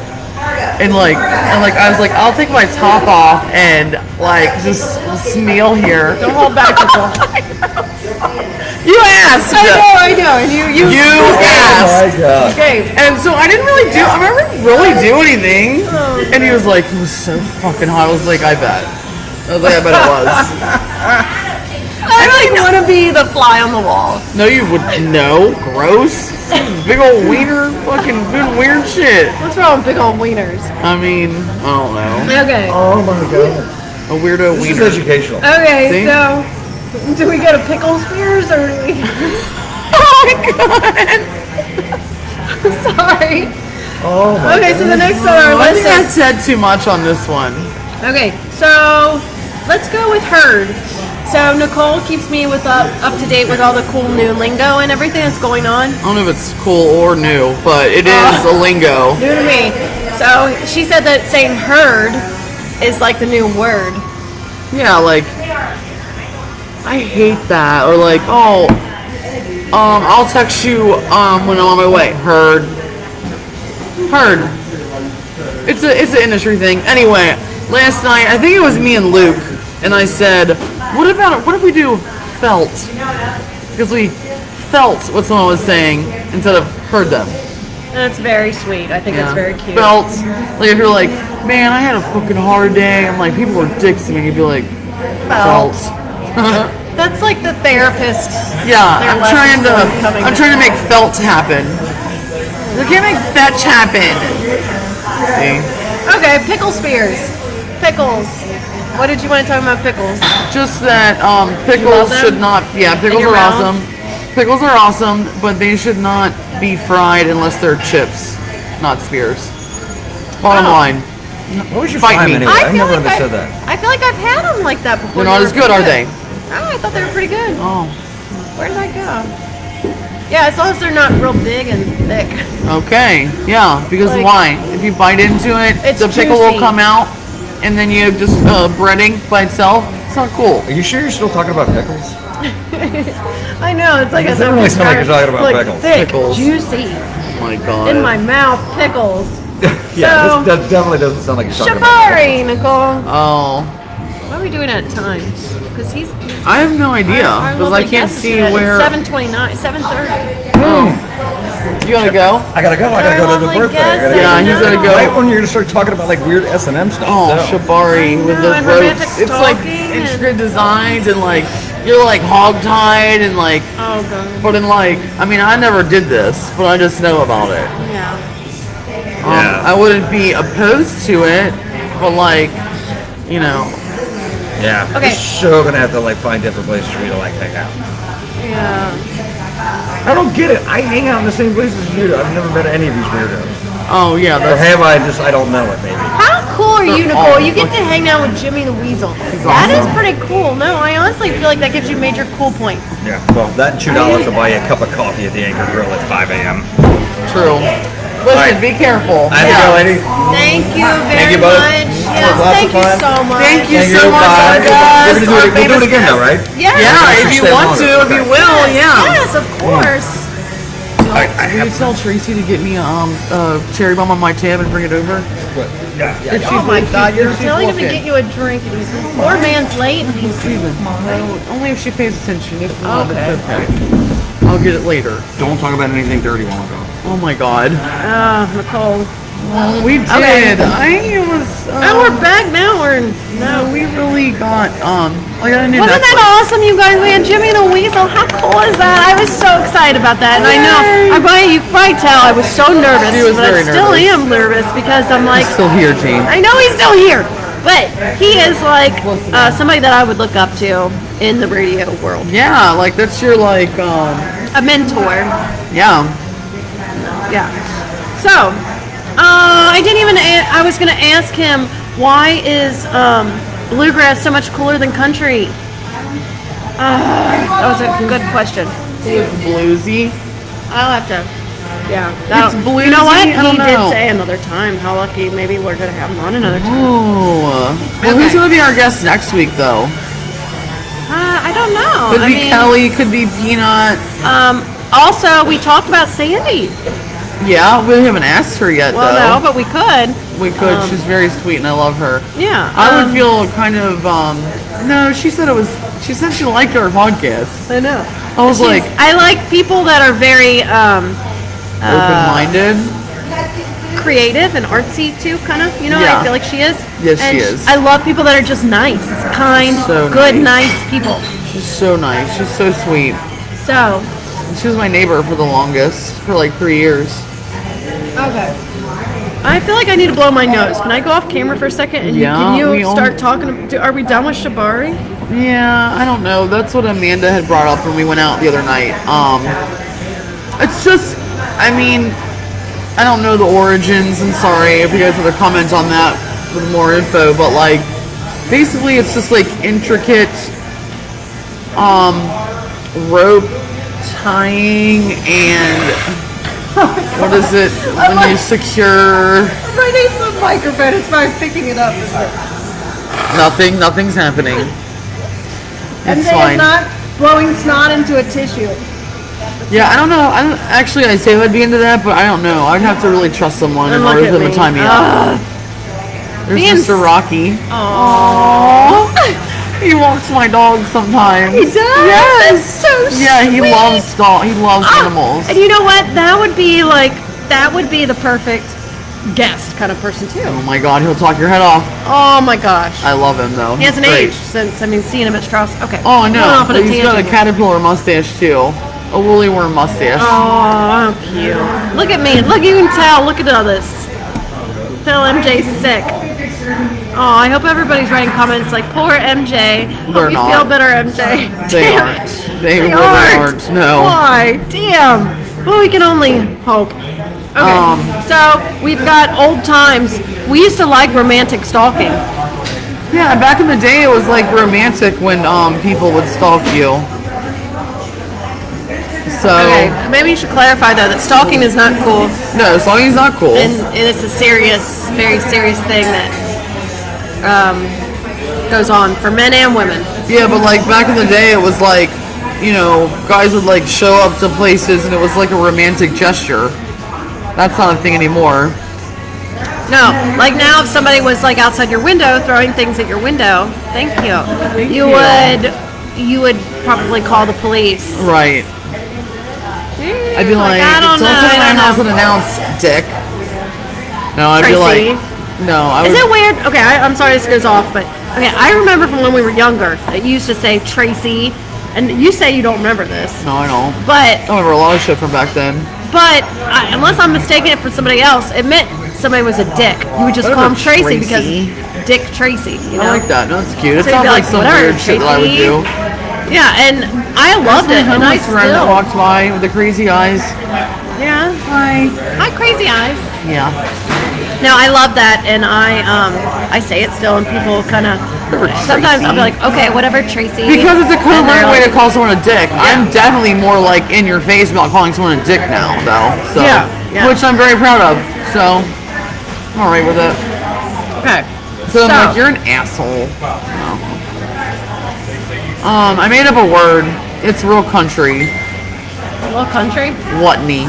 Speaker 2: And like and like I was like, I'll take my top off and like just kneel here.
Speaker 1: Don't hold back Nicole.
Speaker 2: You asked.
Speaker 1: I know, I know. And you, you,
Speaker 2: You
Speaker 3: Oh
Speaker 2: asked.
Speaker 3: my god.
Speaker 1: gave.
Speaker 2: And so I didn't really do. I remember really do anything. And he was like, "It was so fucking hot." I was like, "I bet." I was like, "I bet it was."
Speaker 1: I like want to be the fly on the wall.
Speaker 2: no, you would. No, gross. Big old wiener, fucking doing weird shit.
Speaker 1: What's wrong with big old wieners?
Speaker 2: I mean, I don't know.
Speaker 1: Okay.
Speaker 3: Oh my god.
Speaker 2: A weirdo
Speaker 3: This is
Speaker 2: wiener.
Speaker 3: educational.
Speaker 1: Okay,
Speaker 2: See?
Speaker 1: so do we go to pickle spears or do we? oh my god! Sorry.
Speaker 3: Oh my
Speaker 1: Okay, so the next on our
Speaker 2: I think I
Speaker 1: list is
Speaker 2: said too much on this one.
Speaker 1: okay. So let's go with herd. So Nicole keeps me with up up to date with all the cool new lingo and everything that's going on.
Speaker 2: I don't know if it's cool or new, but it is a
Speaker 3: Oh.
Speaker 2: lingo.
Speaker 1: New to me. So she said that saying herd is like the new word.
Speaker 2: Yeah, like I hate that. Or like, oh, um, I'll text you um when I'm on my way. Heard. Heard. It's a it's an industry thing. Anyway, last night I think it was me and Luke, and I said, what about what if we do felt? Because we felt what someone was saying instead of heard them.
Speaker 1: And it's very sweet. I think it's very cute.
Speaker 2: Felt like if you're like, man, I had a fucking hard day. I'm like, people are dicks to me. You'd be like,
Speaker 1: Felt.
Speaker 2: felt.
Speaker 1: That's like the therapist.
Speaker 2: Yeah,
Speaker 1: Their
Speaker 2: I'm
Speaker 1: lessons
Speaker 2: trying to
Speaker 1: from coming
Speaker 2: I'm trying to make felt happen. We can't make fetch happen. See?
Speaker 1: Okay, pickle spears. Pickles. What did you want to talk about pickles?
Speaker 2: Just that um,
Speaker 1: love
Speaker 2: pickles
Speaker 1: them?
Speaker 2: should not. Yeah, pickles
Speaker 1: your
Speaker 2: are
Speaker 1: mouth?
Speaker 2: awesome. Pickles are awesome, but they should not be fried unless they're chips, not spears. Bottom
Speaker 1: Oh.
Speaker 2: line,
Speaker 3: What was your
Speaker 2: Fight
Speaker 3: time
Speaker 2: me.
Speaker 3: anyway? I've never
Speaker 1: I,
Speaker 3: understood that.
Speaker 1: I feel like I've had them like that before.
Speaker 2: they're not
Speaker 1: They
Speaker 2: as
Speaker 1: were
Speaker 2: good, are
Speaker 1: pretty
Speaker 2: they?
Speaker 1: Oh, I thought they were pretty good.
Speaker 2: Oh,
Speaker 1: Where did I go? Yeah, as long as they're not real big and thick.
Speaker 2: okay. Yeah, because
Speaker 1: Like-
Speaker 2: why? If you bite into it,
Speaker 1: It's
Speaker 2: the pickle
Speaker 1: juicy.
Speaker 2: will come out, and then you have just uh, breading by itself. It's not cool.
Speaker 3: Are you sure you're still talking about pickles?
Speaker 1: I know it's like
Speaker 3: It
Speaker 1: a
Speaker 3: doesn't really sound like you're talking about
Speaker 1: like
Speaker 3: pickles.
Speaker 1: Thick,
Speaker 2: Pickles.
Speaker 1: juicy
Speaker 2: Oh my god.
Speaker 1: in my mouth, pickles.
Speaker 3: Yeah,
Speaker 1: So-
Speaker 3: this de- definitely doesn't sound like you're talking about pickles.
Speaker 1: Shabari, Nicole.
Speaker 2: oh.
Speaker 1: Why are we doing it at time? Because he's
Speaker 2: I have no idea because I, can't see where.
Speaker 1: Seven twenty-nine, seven thirty.
Speaker 2: You gotta go?
Speaker 3: I gotta go. I gotta go to the
Speaker 1: Everyone
Speaker 3: birthday. I gotta
Speaker 1: guesses.
Speaker 2: Yeah, he's gotta
Speaker 3: go.
Speaker 2: go.
Speaker 3: Right when you're gonna start talking about like weird S and M stuff.
Speaker 2: Oh,
Speaker 3: No.
Speaker 2: Shibari with the
Speaker 1: and romantic
Speaker 2: ropes. It's like
Speaker 1: stalking and-
Speaker 2: intricate designs and like you're like hogtied and like,
Speaker 1: Oh god,
Speaker 2: but in like, I mean, I never did this, but I just know about it.
Speaker 1: yeah.
Speaker 2: Um,
Speaker 3: Yeah.
Speaker 2: I wouldn't be opposed to it, but like, you know,
Speaker 3: Yeah.
Speaker 1: Okay.
Speaker 3: You're so gonna have to like find different places for me to like hang out.
Speaker 1: Yeah.
Speaker 3: I don't get it. I hang out in the same places as you do. I've never met any of these weirdos.
Speaker 2: oh yeah,
Speaker 3: Or
Speaker 2: that's
Speaker 3: have I? Just I don't know it. Maybe.
Speaker 1: How cool are you,
Speaker 2: They're
Speaker 1: Nicole?
Speaker 2: all
Speaker 1: You get to hang
Speaker 2: fucking-
Speaker 1: out with Jimmy the Weasel. That is
Speaker 2: awesome.
Speaker 1: pretty cool. No, I honestly feel like that gives you major cool points.
Speaker 3: Yeah. Well, that and two dollars will buy you a cup of coffee at the Anchor Grill at 5 a.m.
Speaker 2: true. Listen,
Speaker 3: Alright.
Speaker 2: be careful.
Speaker 3: I have to go, lady.
Speaker 1: Thank you
Speaker 3: Thank
Speaker 1: very
Speaker 3: you both.
Speaker 1: much. Yes,
Speaker 3: Lots of
Speaker 1: thank you
Speaker 3: fun.
Speaker 1: so much.
Speaker 2: Thank you
Speaker 3: Thank
Speaker 2: so much,
Speaker 3: Bye.
Speaker 2: our guys,
Speaker 3: We're gonna do
Speaker 2: our
Speaker 3: it- We'll do
Speaker 2: famous
Speaker 3: it again, though,
Speaker 2: guests.
Speaker 3: right?
Speaker 1: Yes.
Speaker 2: Yeah, if you
Speaker 3: Stay
Speaker 2: want
Speaker 3: longer.
Speaker 2: to, if you
Speaker 3: Okay.
Speaker 2: will, yeah.
Speaker 1: Yes, of course.
Speaker 2: Will you tell Tracy to get me um uh cherry bomb on my tab and bring it over?
Speaker 3: Yeah. yeah, yeah.
Speaker 1: Oh my God, you're telling him to get you a drink, and he's poor man's late, and he's
Speaker 2: Only if she pays attention. If not, it's okay. I'll get it later.
Speaker 3: Don't talk about anything dirty while I'm gone.
Speaker 2: Oh my god.
Speaker 1: ah Nicole.
Speaker 2: Oh. we did.
Speaker 1: Oh, Okay.
Speaker 2: I was. Um,
Speaker 1: And we're back now. We're in.
Speaker 2: no, we really got um. I got a new.
Speaker 1: Wasn't that
Speaker 2: necklace.
Speaker 1: awesome, you guys? We had Jimmy and a Weasel. How cool is that? I was so excited about that, and I know I probably you probably tell I was so nervous,
Speaker 2: She was
Speaker 1: but I
Speaker 2: very
Speaker 1: still
Speaker 2: nervous.
Speaker 1: am nervous because I'm like
Speaker 2: Still here, Gene.
Speaker 1: I know he's still here, but he is like uh, somebody that I would look up to in the radio world,
Speaker 2: Yeah, like that's your like um.
Speaker 1: a mentor.
Speaker 2: Yeah.
Speaker 1: Yeah. So, uh, I didn't even. A- I was gonna ask him why is um, bluegrass so much cooler than country. Uh, that was a good question.
Speaker 2: It's bluesy.
Speaker 1: I'll have to. Yeah.
Speaker 2: It's
Speaker 1: that- You know what?
Speaker 2: bluesy? I don't
Speaker 1: he did
Speaker 2: know.
Speaker 1: say another time. How lucky. Maybe we're gonna have him on another time.
Speaker 2: Ooh. Oh. Well, who's
Speaker 1: Okay.
Speaker 2: gonna be our guest next week though?
Speaker 1: Uh, I don't know.
Speaker 2: Could
Speaker 1: I
Speaker 2: be
Speaker 1: mean,
Speaker 2: Kelly. Could be Peanut.
Speaker 1: Um. Also, we talked about Sandy.
Speaker 2: Yeah, we haven't asked her yet
Speaker 1: Well, Um, no,
Speaker 2: though.
Speaker 1: but we could.
Speaker 2: we could. She's very sweet, and I love her.
Speaker 1: Yeah.
Speaker 2: I
Speaker 1: um,
Speaker 2: would feel kind of um no, she said it was she said she liked our podcast.
Speaker 1: I know.
Speaker 2: I was like
Speaker 1: I like people that are very um,
Speaker 2: open-minded.
Speaker 1: creative and artsy too, kind of. You know,
Speaker 2: Yeah.
Speaker 1: I feel like she is.
Speaker 2: Yes,
Speaker 1: and
Speaker 2: she is.
Speaker 1: I love people that are just nice, kind,
Speaker 2: So
Speaker 1: good,
Speaker 2: nice.
Speaker 1: nice people.
Speaker 2: She's so nice. She's so sweet.
Speaker 1: So,
Speaker 2: She was my neighbor for the longest, for like three years.
Speaker 1: okay. I feel like I need to blow my nose. Can I go off camera for a second? And you-
Speaker 2: Yeah,
Speaker 1: can
Speaker 2: we
Speaker 1: you
Speaker 2: all-
Speaker 1: start talking? do- Are we done with Shibari?
Speaker 2: Yeah, I don't know. That's what Amanda had brought up when we went out the other night. Um, it's just, I mean, I don't know the origins. I'm sorry if you guys have other comments on that with more info, but like, basically, it's just like intricate um, rope tying and what is it when you secure?
Speaker 4: I need some microphone. It's fine. I'm picking it up. It's fine.
Speaker 2: Nothing. Nothing's happening.
Speaker 4: And
Speaker 2: It's
Speaker 4: they
Speaker 2: fine.
Speaker 4: are not blowing snot into a tissue.
Speaker 2: Yeah, I don't know. I don't actually. I say I'd be into that, but I don't know. I'd have to really trust someone in
Speaker 1: And look
Speaker 2: order
Speaker 1: at
Speaker 2: for them
Speaker 1: me.
Speaker 2: to tie me up. There's
Speaker 1: Being
Speaker 2: Mr. Rocky. Aww. he walks my dog sometimes.
Speaker 1: He does. Yes. so
Speaker 2: Yeah, he
Speaker 1: sweet.
Speaker 2: loves dog. He loves
Speaker 1: Ah,
Speaker 2: animals.
Speaker 1: And you know what? That would be like that would be the perfect guest kind of person too.
Speaker 2: Oh my God, he'll talk your head off.
Speaker 1: Oh my gosh.
Speaker 2: I love him though.
Speaker 1: He has an
Speaker 2: Great.
Speaker 1: age since I mean seeing him at Strauss. Okay.
Speaker 2: Oh, I know.
Speaker 1: Going off on a
Speaker 2: But he's got a
Speaker 1: tangent here.
Speaker 2: caterpillar mustache too. A woolly worm mustache.
Speaker 1: Oh, how cute. Look at me. Look, you can tell. Look at all this. Tell MJ's sick. Oh, I hope everybody's writing comments like, poor MJ. Hope
Speaker 2: They're
Speaker 1: you
Speaker 2: not.
Speaker 1: feel better, MJ.
Speaker 2: They
Speaker 1: Damn
Speaker 2: aren't.
Speaker 1: it.
Speaker 2: They, really aren't. No.
Speaker 1: Why? Damn. Well, we can only hope. Okay.
Speaker 2: Um,
Speaker 1: so we've got old times. We used to like romantic stalking.
Speaker 2: Yeah, back in the day, it was like romantic when um people would stalk you. So
Speaker 1: Okay. Maybe you should clarify though that stalking is not cool,
Speaker 2: no, stalking's not cool.
Speaker 1: and, and it's a serious, very serious thing that um, goes on for men and women.
Speaker 2: yeah, but like back in the day, it was like you know guys would like show up to places and it was like a romantic gesture. That's not a thing anymore.
Speaker 1: No, like now, if somebody was like outside your window throwing things at your window, thank you. you,
Speaker 2: you.
Speaker 1: would, you would probably call the police.
Speaker 2: Right. I'd be
Speaker 1: Like,
Speaker 2: like,
Speaker 1: I don't
Speaker 2: don't,
Speaker 1: know,
Speaker 2: come
Speaker 1: I
Speaker 2: to my
Speaker 1: don't
Speaker 2: house
Speaker 1: know."
Speaker 2: and announce, dick. No, I'd
Speaker 1: Tracy.
Speaker 2: be like, no, I
Speaker 1: Is
Speaker 2: would.
Speaker 1: it weird? Okay, I, I'm sorry this goes off, but okay, I remember from when we were younger that you used to say Tracy, and you say you don't remember this,
Speaker 2: no, I don't.
Speaker 1: but
Speaker 2: I remember a lot of shit from back then.
Speaker 1: but I, unless I'm mistaken it for somebody else, it meant somebody was a dick. You would just call him
Speaker 2: Whatever,
Speaker 1: Tracy,
Speaker 2: Tracy.
Speaker 1: because Dick Tracy. You know?
Speaker 2: I like that. No, it's cute. It
Speaker 1: So you'd be
Speaker 2: sounds
Speaker 1: like,
Speaker 2: like, some
Speaker 1: "Whatever,
Speaker 2: weird shit that I would
Speaker 1: Tracy."
Speaker 2: do.
Speaker 1: Yeah, and I loved it, and I
Speaker 2: homeless friend that
Speaker 1: still.
Speaker 2: walked by with the crazy eyes.
Speaker 1: Yeah. Hi. Hi, crazy eyes.
Speaker 2: Yeah.
Speaker 1: No, I love that, and I um I say it still, and people kind of sometimes I'll be like, okay, whatever, Tracy.
Speaker 2: Because it's a
Speaker 1: And um, they're
Speaker 2: covert way to
Speaker 1: like-
Speaker 2: call someone a dick. I'm definitely more like in your face about calling someone a dick now, though. So,
Speaker 1: Yeah, yeah.
Speaker 2: which I'm very proud of. So, I'm alright with it.
Speaker 1: Okay. So-
Speaker 2: So, I'm like, you're an asshole. Um, I made up a word. It's real country.
Speaker 1: Little country.
Speaker 2: Watney.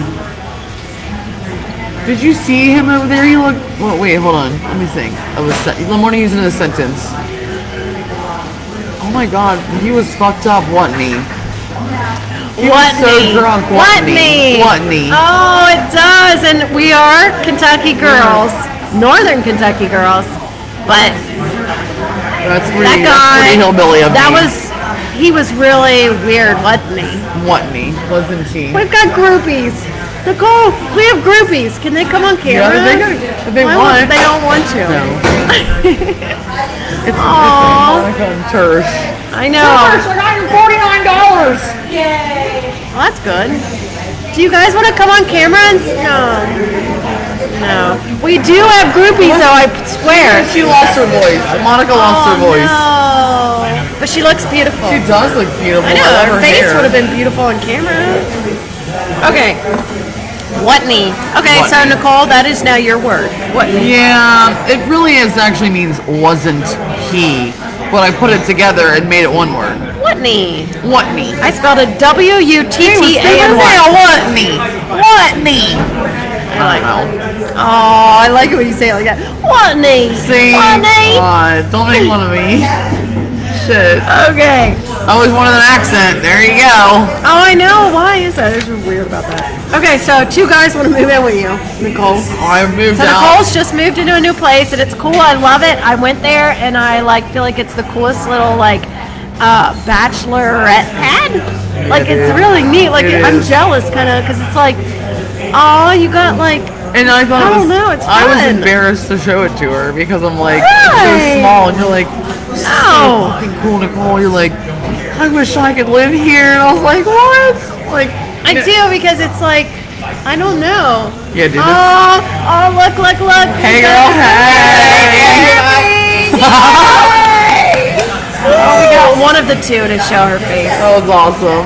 Speaker 2: Did you see him over there? He looked. Well, wait, hold on. Let me think. I was. Sen- I'm going to use it in a sentence. Oh my god, he was fucked up. Watney. He was
Speaker 1: Watney.
Speaker 2: so drunk. Watney.
Speaker 1: Watney.
Speaker 2: Watney.
Speaker 1: Oh, it does, and we are Kentucky
Speaker 2: Mm.
Speaker 1: girls, Northern Kentucky girls, but
Speaker 2: That's pretty.
Speaker 1: that
Speaker 2: that's
Speaker 1: guy,
Speaker 2: pretty hillbilly of
Speaker 1: that
Speaker 2: me.
Speaker 1: was, he was really weird, wasn't he?
Speaker 2: Watney, wasn't he?
Speaker 1: We've got groupies. Nicole, we have groupies. Can they come on
Speaker 2: Yeah,
Speaker 1: camera?
Speaker 2: they go- if they
Speaker 1: Why
Speaker 2: want.
Speaker 1: won't- They don't want to.
Speaker 2: No. It's
Speaker 1: Aw.
Speaker 2: like on tersh.
Speaker 1: I know.
Speaker 4: I got you forty-nine dollars.
Speaker 1: Well, that's good. Do you guys want to come on camera? And... No. No. We do have groupies, though. I swear.
Speaker 2: She lost her voice. Monica lost
Speaker 1: Oh,
Speaker 2: her voice.
Speaker 1: No. But she looks beautiful.
Speaker 2: She does look beautiful.
Speaker 1: I know.
Speaker 2: love
Speaker 1: Her
Speaker 2: her
Speaker 1: face
Speaker 2: hair.
Speaker 1: would have been beautiful on camera. Okay. Whatney. Okay, so
Speaker 2: Whatney.
Speaker 1: Nicole, that is now your word. Whatney.
Speaker 2: Yeah, it really is actually means wasn't he, but I put it together and made it one word.
Speaker 1: Whatney.
Speaker 2: What me?
Speaker 1: I spelled a W U T T A N Y.
Speaker 2: what me? What me?
Speaker 1: like-
Speaker 2: I don't know.
Speaker 1: Oh, I like it when you say it like that. Whatney.
Speaker 2: See,
Speaker 1: Whatney.
Speaker 2: God, don't make fun of me. Shit.
Speaker 1: Okay.
Speaker 2: Always wanted an accent. There you go.
Speaker 1: Oh, I know. Why is that? There's something weird about that. Okay, so two guys want to move in with you, Nicole.
Speaker 2: Oh, I moved
Speaker 1: So
Speaker 2: out.
Speaker 1: Nicole's just moved into a new place, and it's cool. I love it. I went there, and I like feel like it's the coolest little like uh, bachelorette pad. Like it's really neat. Like
Speaker 2: It
Speaker 1: I'm
Speaker 2: is.
Speaker 1: jealous, kind of, because it's like, oh, you got like,
Speaker 2: And I thought
Speaker 1: I
Speaker 2: it
Speaker 1: don't
Speaker 2: was,
Speaker 1: know, it's
Speaker 2: I was
Speaker 1: fun.
Speaker 2: embarrassed to show it to her because I'm like it's
Speaker 1: Right.
Speaker 2: so small, and you're like
Speaker 1: oh,
Speaker 2: fucking cool, Nicole. You're like I wish I could live here, and I was like what? Like
Speaker 1: I
Speaker 2: no-
Speaker 1: do because it's like, I don't know.
Speaker 2: Yeah, dude. it's-
Speaker 1: Oh, oh, look, look, look.
Speaker 2: Hey girl, hey.
Speaker 1: Oh, we got one of the two to show her face.
Speaker 2: That was awesome.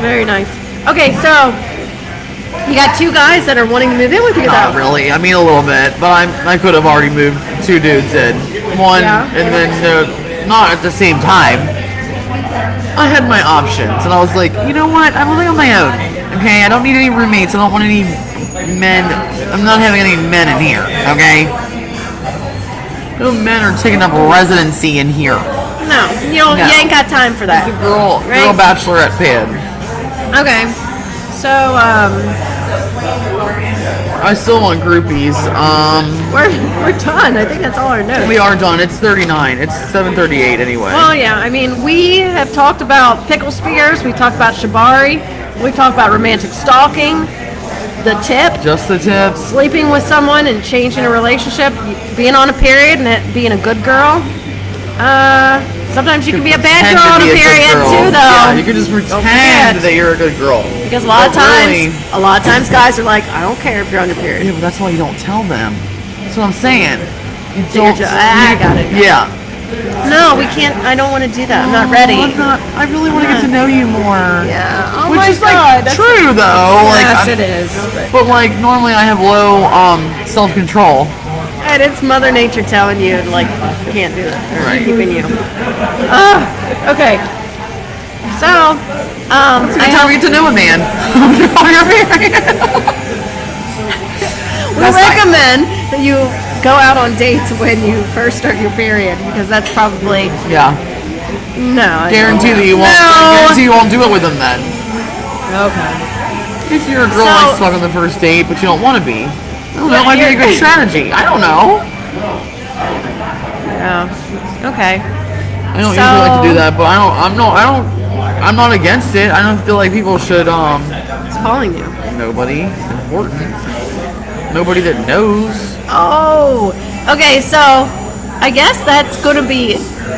Speaker 1: Very nice. Okay, so you got two guys that are wanting to move in with you,
Speaker 2: Not
Speaker 1: though.
Speaker 2: really. I mean a little bit, but I'm, I could have already moved two dudes in, one
Speaker 1: Yeah.
Speaker 2: and then uh, not at the same time. I had my options, and I was like, you know what? I'm living on my own. Okay, I don't need any roommates. I don't want any men. I'm not having any men in here. Okay. No men are taking up residency in here.
Speaker 1: No, you don't.
Speaker 2: No.
Speaker 1: You ain't got time for that.
Speaker 2: Girl, girl,
Speaker 1: Right.
Speaker 2: bachelorette pad.
Speaker 1: Okay. So um,
Speaker 2: I still want groupies. Um,
Speaker 1: we're we're done. I think that's all our notes.
Speaker 2: we are done. It's 39. It's 7:38 anyway.
Speaker 1: Well, yeah. I mean, we have talked about pickle spears. We talked about shibari. We talked about romantic stalking. The tip.
Speaker 2: Just the tips.
Speaker 1: sleeping with someone and changing a relationship, being on a period and it, being a good girl. Uh, sometimes you can be a bad
Speaker 2: Pretend
Speaker 1: girl on
Speaker 2: to
Speaker 1: a
Speaker 2: be a good
Speaker 1: period
Speaker 2: girl.
Speaker 1: too,
Speaker 2: Yeah,
Speaker 1: though.
Speaker 2: you can just
Speaker 1: Don't forget.
Speaker 2: pretend that you're a good girl.
Speaker 1: because a lot of
Speaker 2: But
Speaker 1: times,
Speaker 2: really-
Speaker 1: a lot of times, guys are like, I don't care if you're on your period.
Speaker 2: Yeah, but that's why you don't tell them. That's what I'm saying. You
Speaker 1: So you're
Speaker 2: don't.
Speaker 1: ju- ah, I got it.
Speaker 2: Yeah. Oh,
Speaker 1: No, we can't. I don't want to do that. I'm not ready.
Speaker 2: I'm not- i really want to get to know you more.
Speaker 1: Yeah. Oh
Speaker 2: Which
Speaker 1: my
Speaker 2: is
Speaker 1: God.
Speaker 2: like
Speaker 1: that's-
Speaker 2: true though. Like,
Speaker 1: yes,
Speaker 2: I-
Speaker 1: it is.
Speaker 2: But like normally I have low um, self control.
Speaker 1: And it's Mother Nature telling you, like, you can't do that. Or
Speaker 2: Right.
Speaker 1: Keeping you. Ah, okay. So, um, I
Speaker 2: That's how we get to know a man. On your period.
Speaker 1: We
Speaker 2: That's fine.
Speaker 1: recommend that you go out on dates when you first start your period because that's probably
Speaker 2: yeah.
Speaker 1: no. I
Speaker 2: Guarantee that you won't.
Speaker 1: No.
Speaker 2: Guarantee you won't do it with them then.
Speaker 1: don't- Okay.
Speaker 2: If you're a girl
Speaker 1: So-
Speaker 2: so, likes fuck on the first date, but you don't want to be, I don't know.
Speaker 1: Yeah,
Speaker 2: It might be a
Speaker 1: you're-
Speaker 2: good strategy. I don't know.
Speaker 1: Yeah. Okay.
Speaker 2: I don't usually like to
Speaker 1: So-
Speaker 2: do that, but I don't. I'm not. I don't. I'm not against it. I don't feel like people should. Um,
Speaker 1: It's calling you.
Speaker 2: nobody important. Nobody that knows.
Speaker 1: Oh. Okay. So I guess that's going to be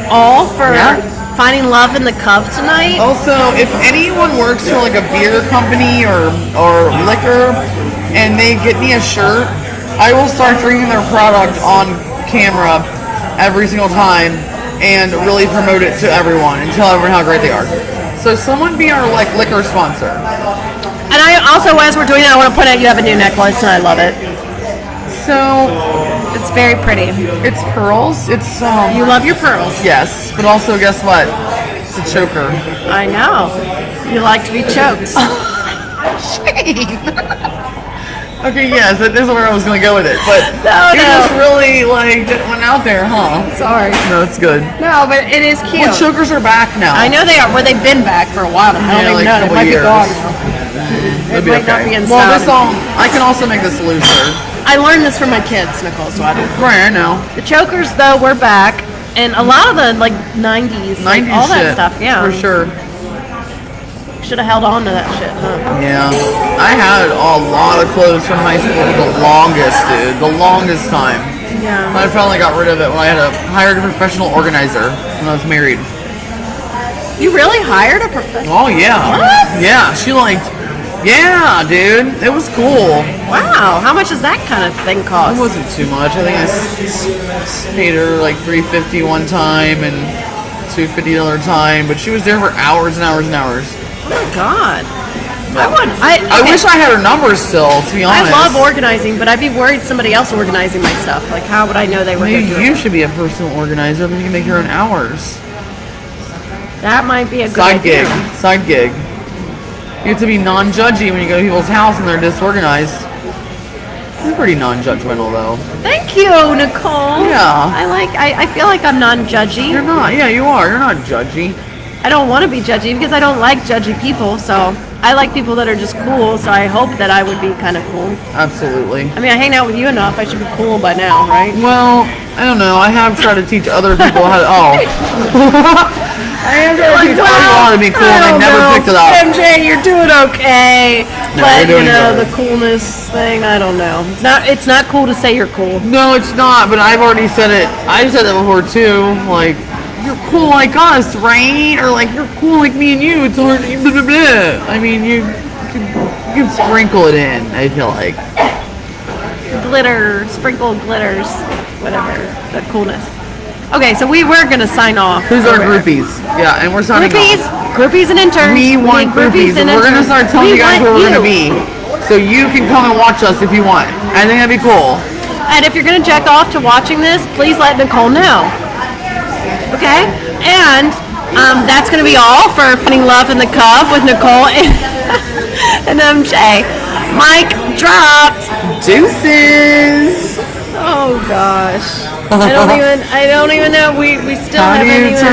Speaker 1: all for
Speaker 2: Yeah.
Speaker 1: finding love in the cub tonight. Oh,
Speaker 2: Also, if anyone works for like a beer company or or liquor, and they get me a shirt, I will start drinking their product on camera every single time and really promote it to everyone and tell everyone how great they are. So someone be our like liquor sponsor.
Speaker 1: And I also, as we're doing that, I want to point out you have a new necklace and I love it.
Speaker 2: So
Speaker 1: It's very pretty.
Speaker 2: it's pearls. It's um.
Speaker 1: You love your pearls.
Speaker 2: Yes, but also guess what? It's a choker.
Speaker 1: I know. You like to be choked.
Speaker 2: Okay, yes, that is where I was gonna go with it, but
Speaker 1: No,
Speaker 2: you
Speaker 1: no.
Speaker 2: just really like just went out there, huh?
Speaker 1: Sorry.
Speaker 2: No, it's good.
Speaker 1: No, but it is cute.
Speaker 2: Well, chokers are back now.
Speaker 1: I know they are. Well, they've been back for a while. I
Speaker 2: Yeah,
Speaker 1: don't even
Speaker 2: like
Speaker 1: know. They
Speaker 2: couple
Speaker 1: might be
Speaker 2: years.
Speaker 1: gone. now.
Speaker 2: It'll
Speaker 1: might not be in
Speaker 2: Well, this
Speaker 1: style.
Speaker 2: all I can also make this looser.
Speaker 1: I learned this from my kids, Nicole. So I don't.
Speaker 2: Right, I know.
Speaker 1: The chokers, though, were back, and a lot of the like '90s, like,
Speaker 2: 90s
Speaker 1: all
Speaker 2: shit,
Speaker 1: that stuff. Yeah,
Speaker 2: for sure.
Speaker 1: Should have held on to that shit. Huh?
Speaker 2: Yeah, I had a lot of clothes from high school for the longest, dude. The longest time.
Speaker 1: Yeah.
Speaker 2: I finally got rid of it when I had a hired a professional organizer when I was married.
Speaker 1: You really hired a professional?
Speaker 2: Oh yeah. Yeah, she like Yeah, dude. It was cool.
Speaker 1: Wow. How much does that kind of thing
Speaker 2: It
Speaker 1: cost?
Speaker 2: wasn't too much. I think I s- s- paid her like 350 one time and 250 another time, but she was there for hours and hours and hours.
Speaker 1: oh my god. I want. I.
Speaker 2: I
Speaker 1: okay,
Speaker 2: wish I had her number still, to be
Speaker 1: I
Speaker 2: honest.
Speaker 1: love organizing, but I'd be worried somebody else organizing my stuff. Like, how would I know they were going
Speaker 2: Maybe
Speaker 1: to do
Speaker 2: you
Speaker 1: it?
Speaker 2: should be a personal organizer and you can make your own hours.
Speaker 1: That might be a good
Speaker 2: Mm-hmm. Side
Speaker 1: idea.
Speaker 2: gig. Side gig. You have to be non judgy when you go to people's house and they're disorganized. You're pretty non judgmental though.
Speaker 1: Thank you, Nicole.
Speaker 2: Yeah.
Speaker 1: I like. I, I feel like I'm non-judgy.
Speaker 2: You're not. Yeah, you are. You're not judgy.
Speaker 1: I don't want to be judgy because I don't like judgy people. So I like people that are just cool. So I hope that I would be kind of cool.
Speaker 2: Absolutely.
Speaker 1: I mean, I hang out with you enough. I should be cool by now, right?
Speaker 2: Well, I don't know. I have tried to teach other people how to. Oh. I am trying to teach other people how to be cool, and they never picked it up.
Speaker 1: MJ, you're doing okay.
Speaker 2: No,
Speaker 1: but
Speaker 2: you're doing
Speaker 1: you know,
Speaker 2: good.
Speaker 1: the coolness thing, I don't know. It's not it's not cool to say you're cool.
Speaker 2: No, it's not. But I've already said it. I've said it before too. Like, you're cool like us, right? Or like you're cool like me and you. It's hard. to- Blah, blah, blah. I mean, you can, you can sprinkle it in. I feel like.
Speaker 1: Glitter, sprinkled glitters, whatever. The coolness. Okay, so we were gonna sign off.
Speaker 2: Who's our groupies? Yeah, and we're starting.
Speaker 1: Groupies,
Speaker 2: Off.
Speaker 1: groupies and interns.
Speaker 2: We want
Speaker 1: need
Speaker 2: groupies, and we're gonna
Speaker 1: interns.
Speaker 2: start telling
Speaker 1: We
Speaker 2: you guys
Speaker 1: want
Speaker 2: where we're gonna
Speaker 1: you.
Speaker 2: be. So you can come and watch us if you want. I think that'd be cool.
Speaker 1: And if you're going to jack off to watching this, please let Nicole know. Okay? And um, that's going to be all for Putting Love in the Cup with Nicole and, and MJ. Mike dropped.
Speaker 2: Deuces.
Speaker 1: Oh gosh. I don't even I don't even know. We we still
Speaker 2: How do
Speaker 1: haven't
Speaker 2: you
Speaker 1: even
Speaker 2: turn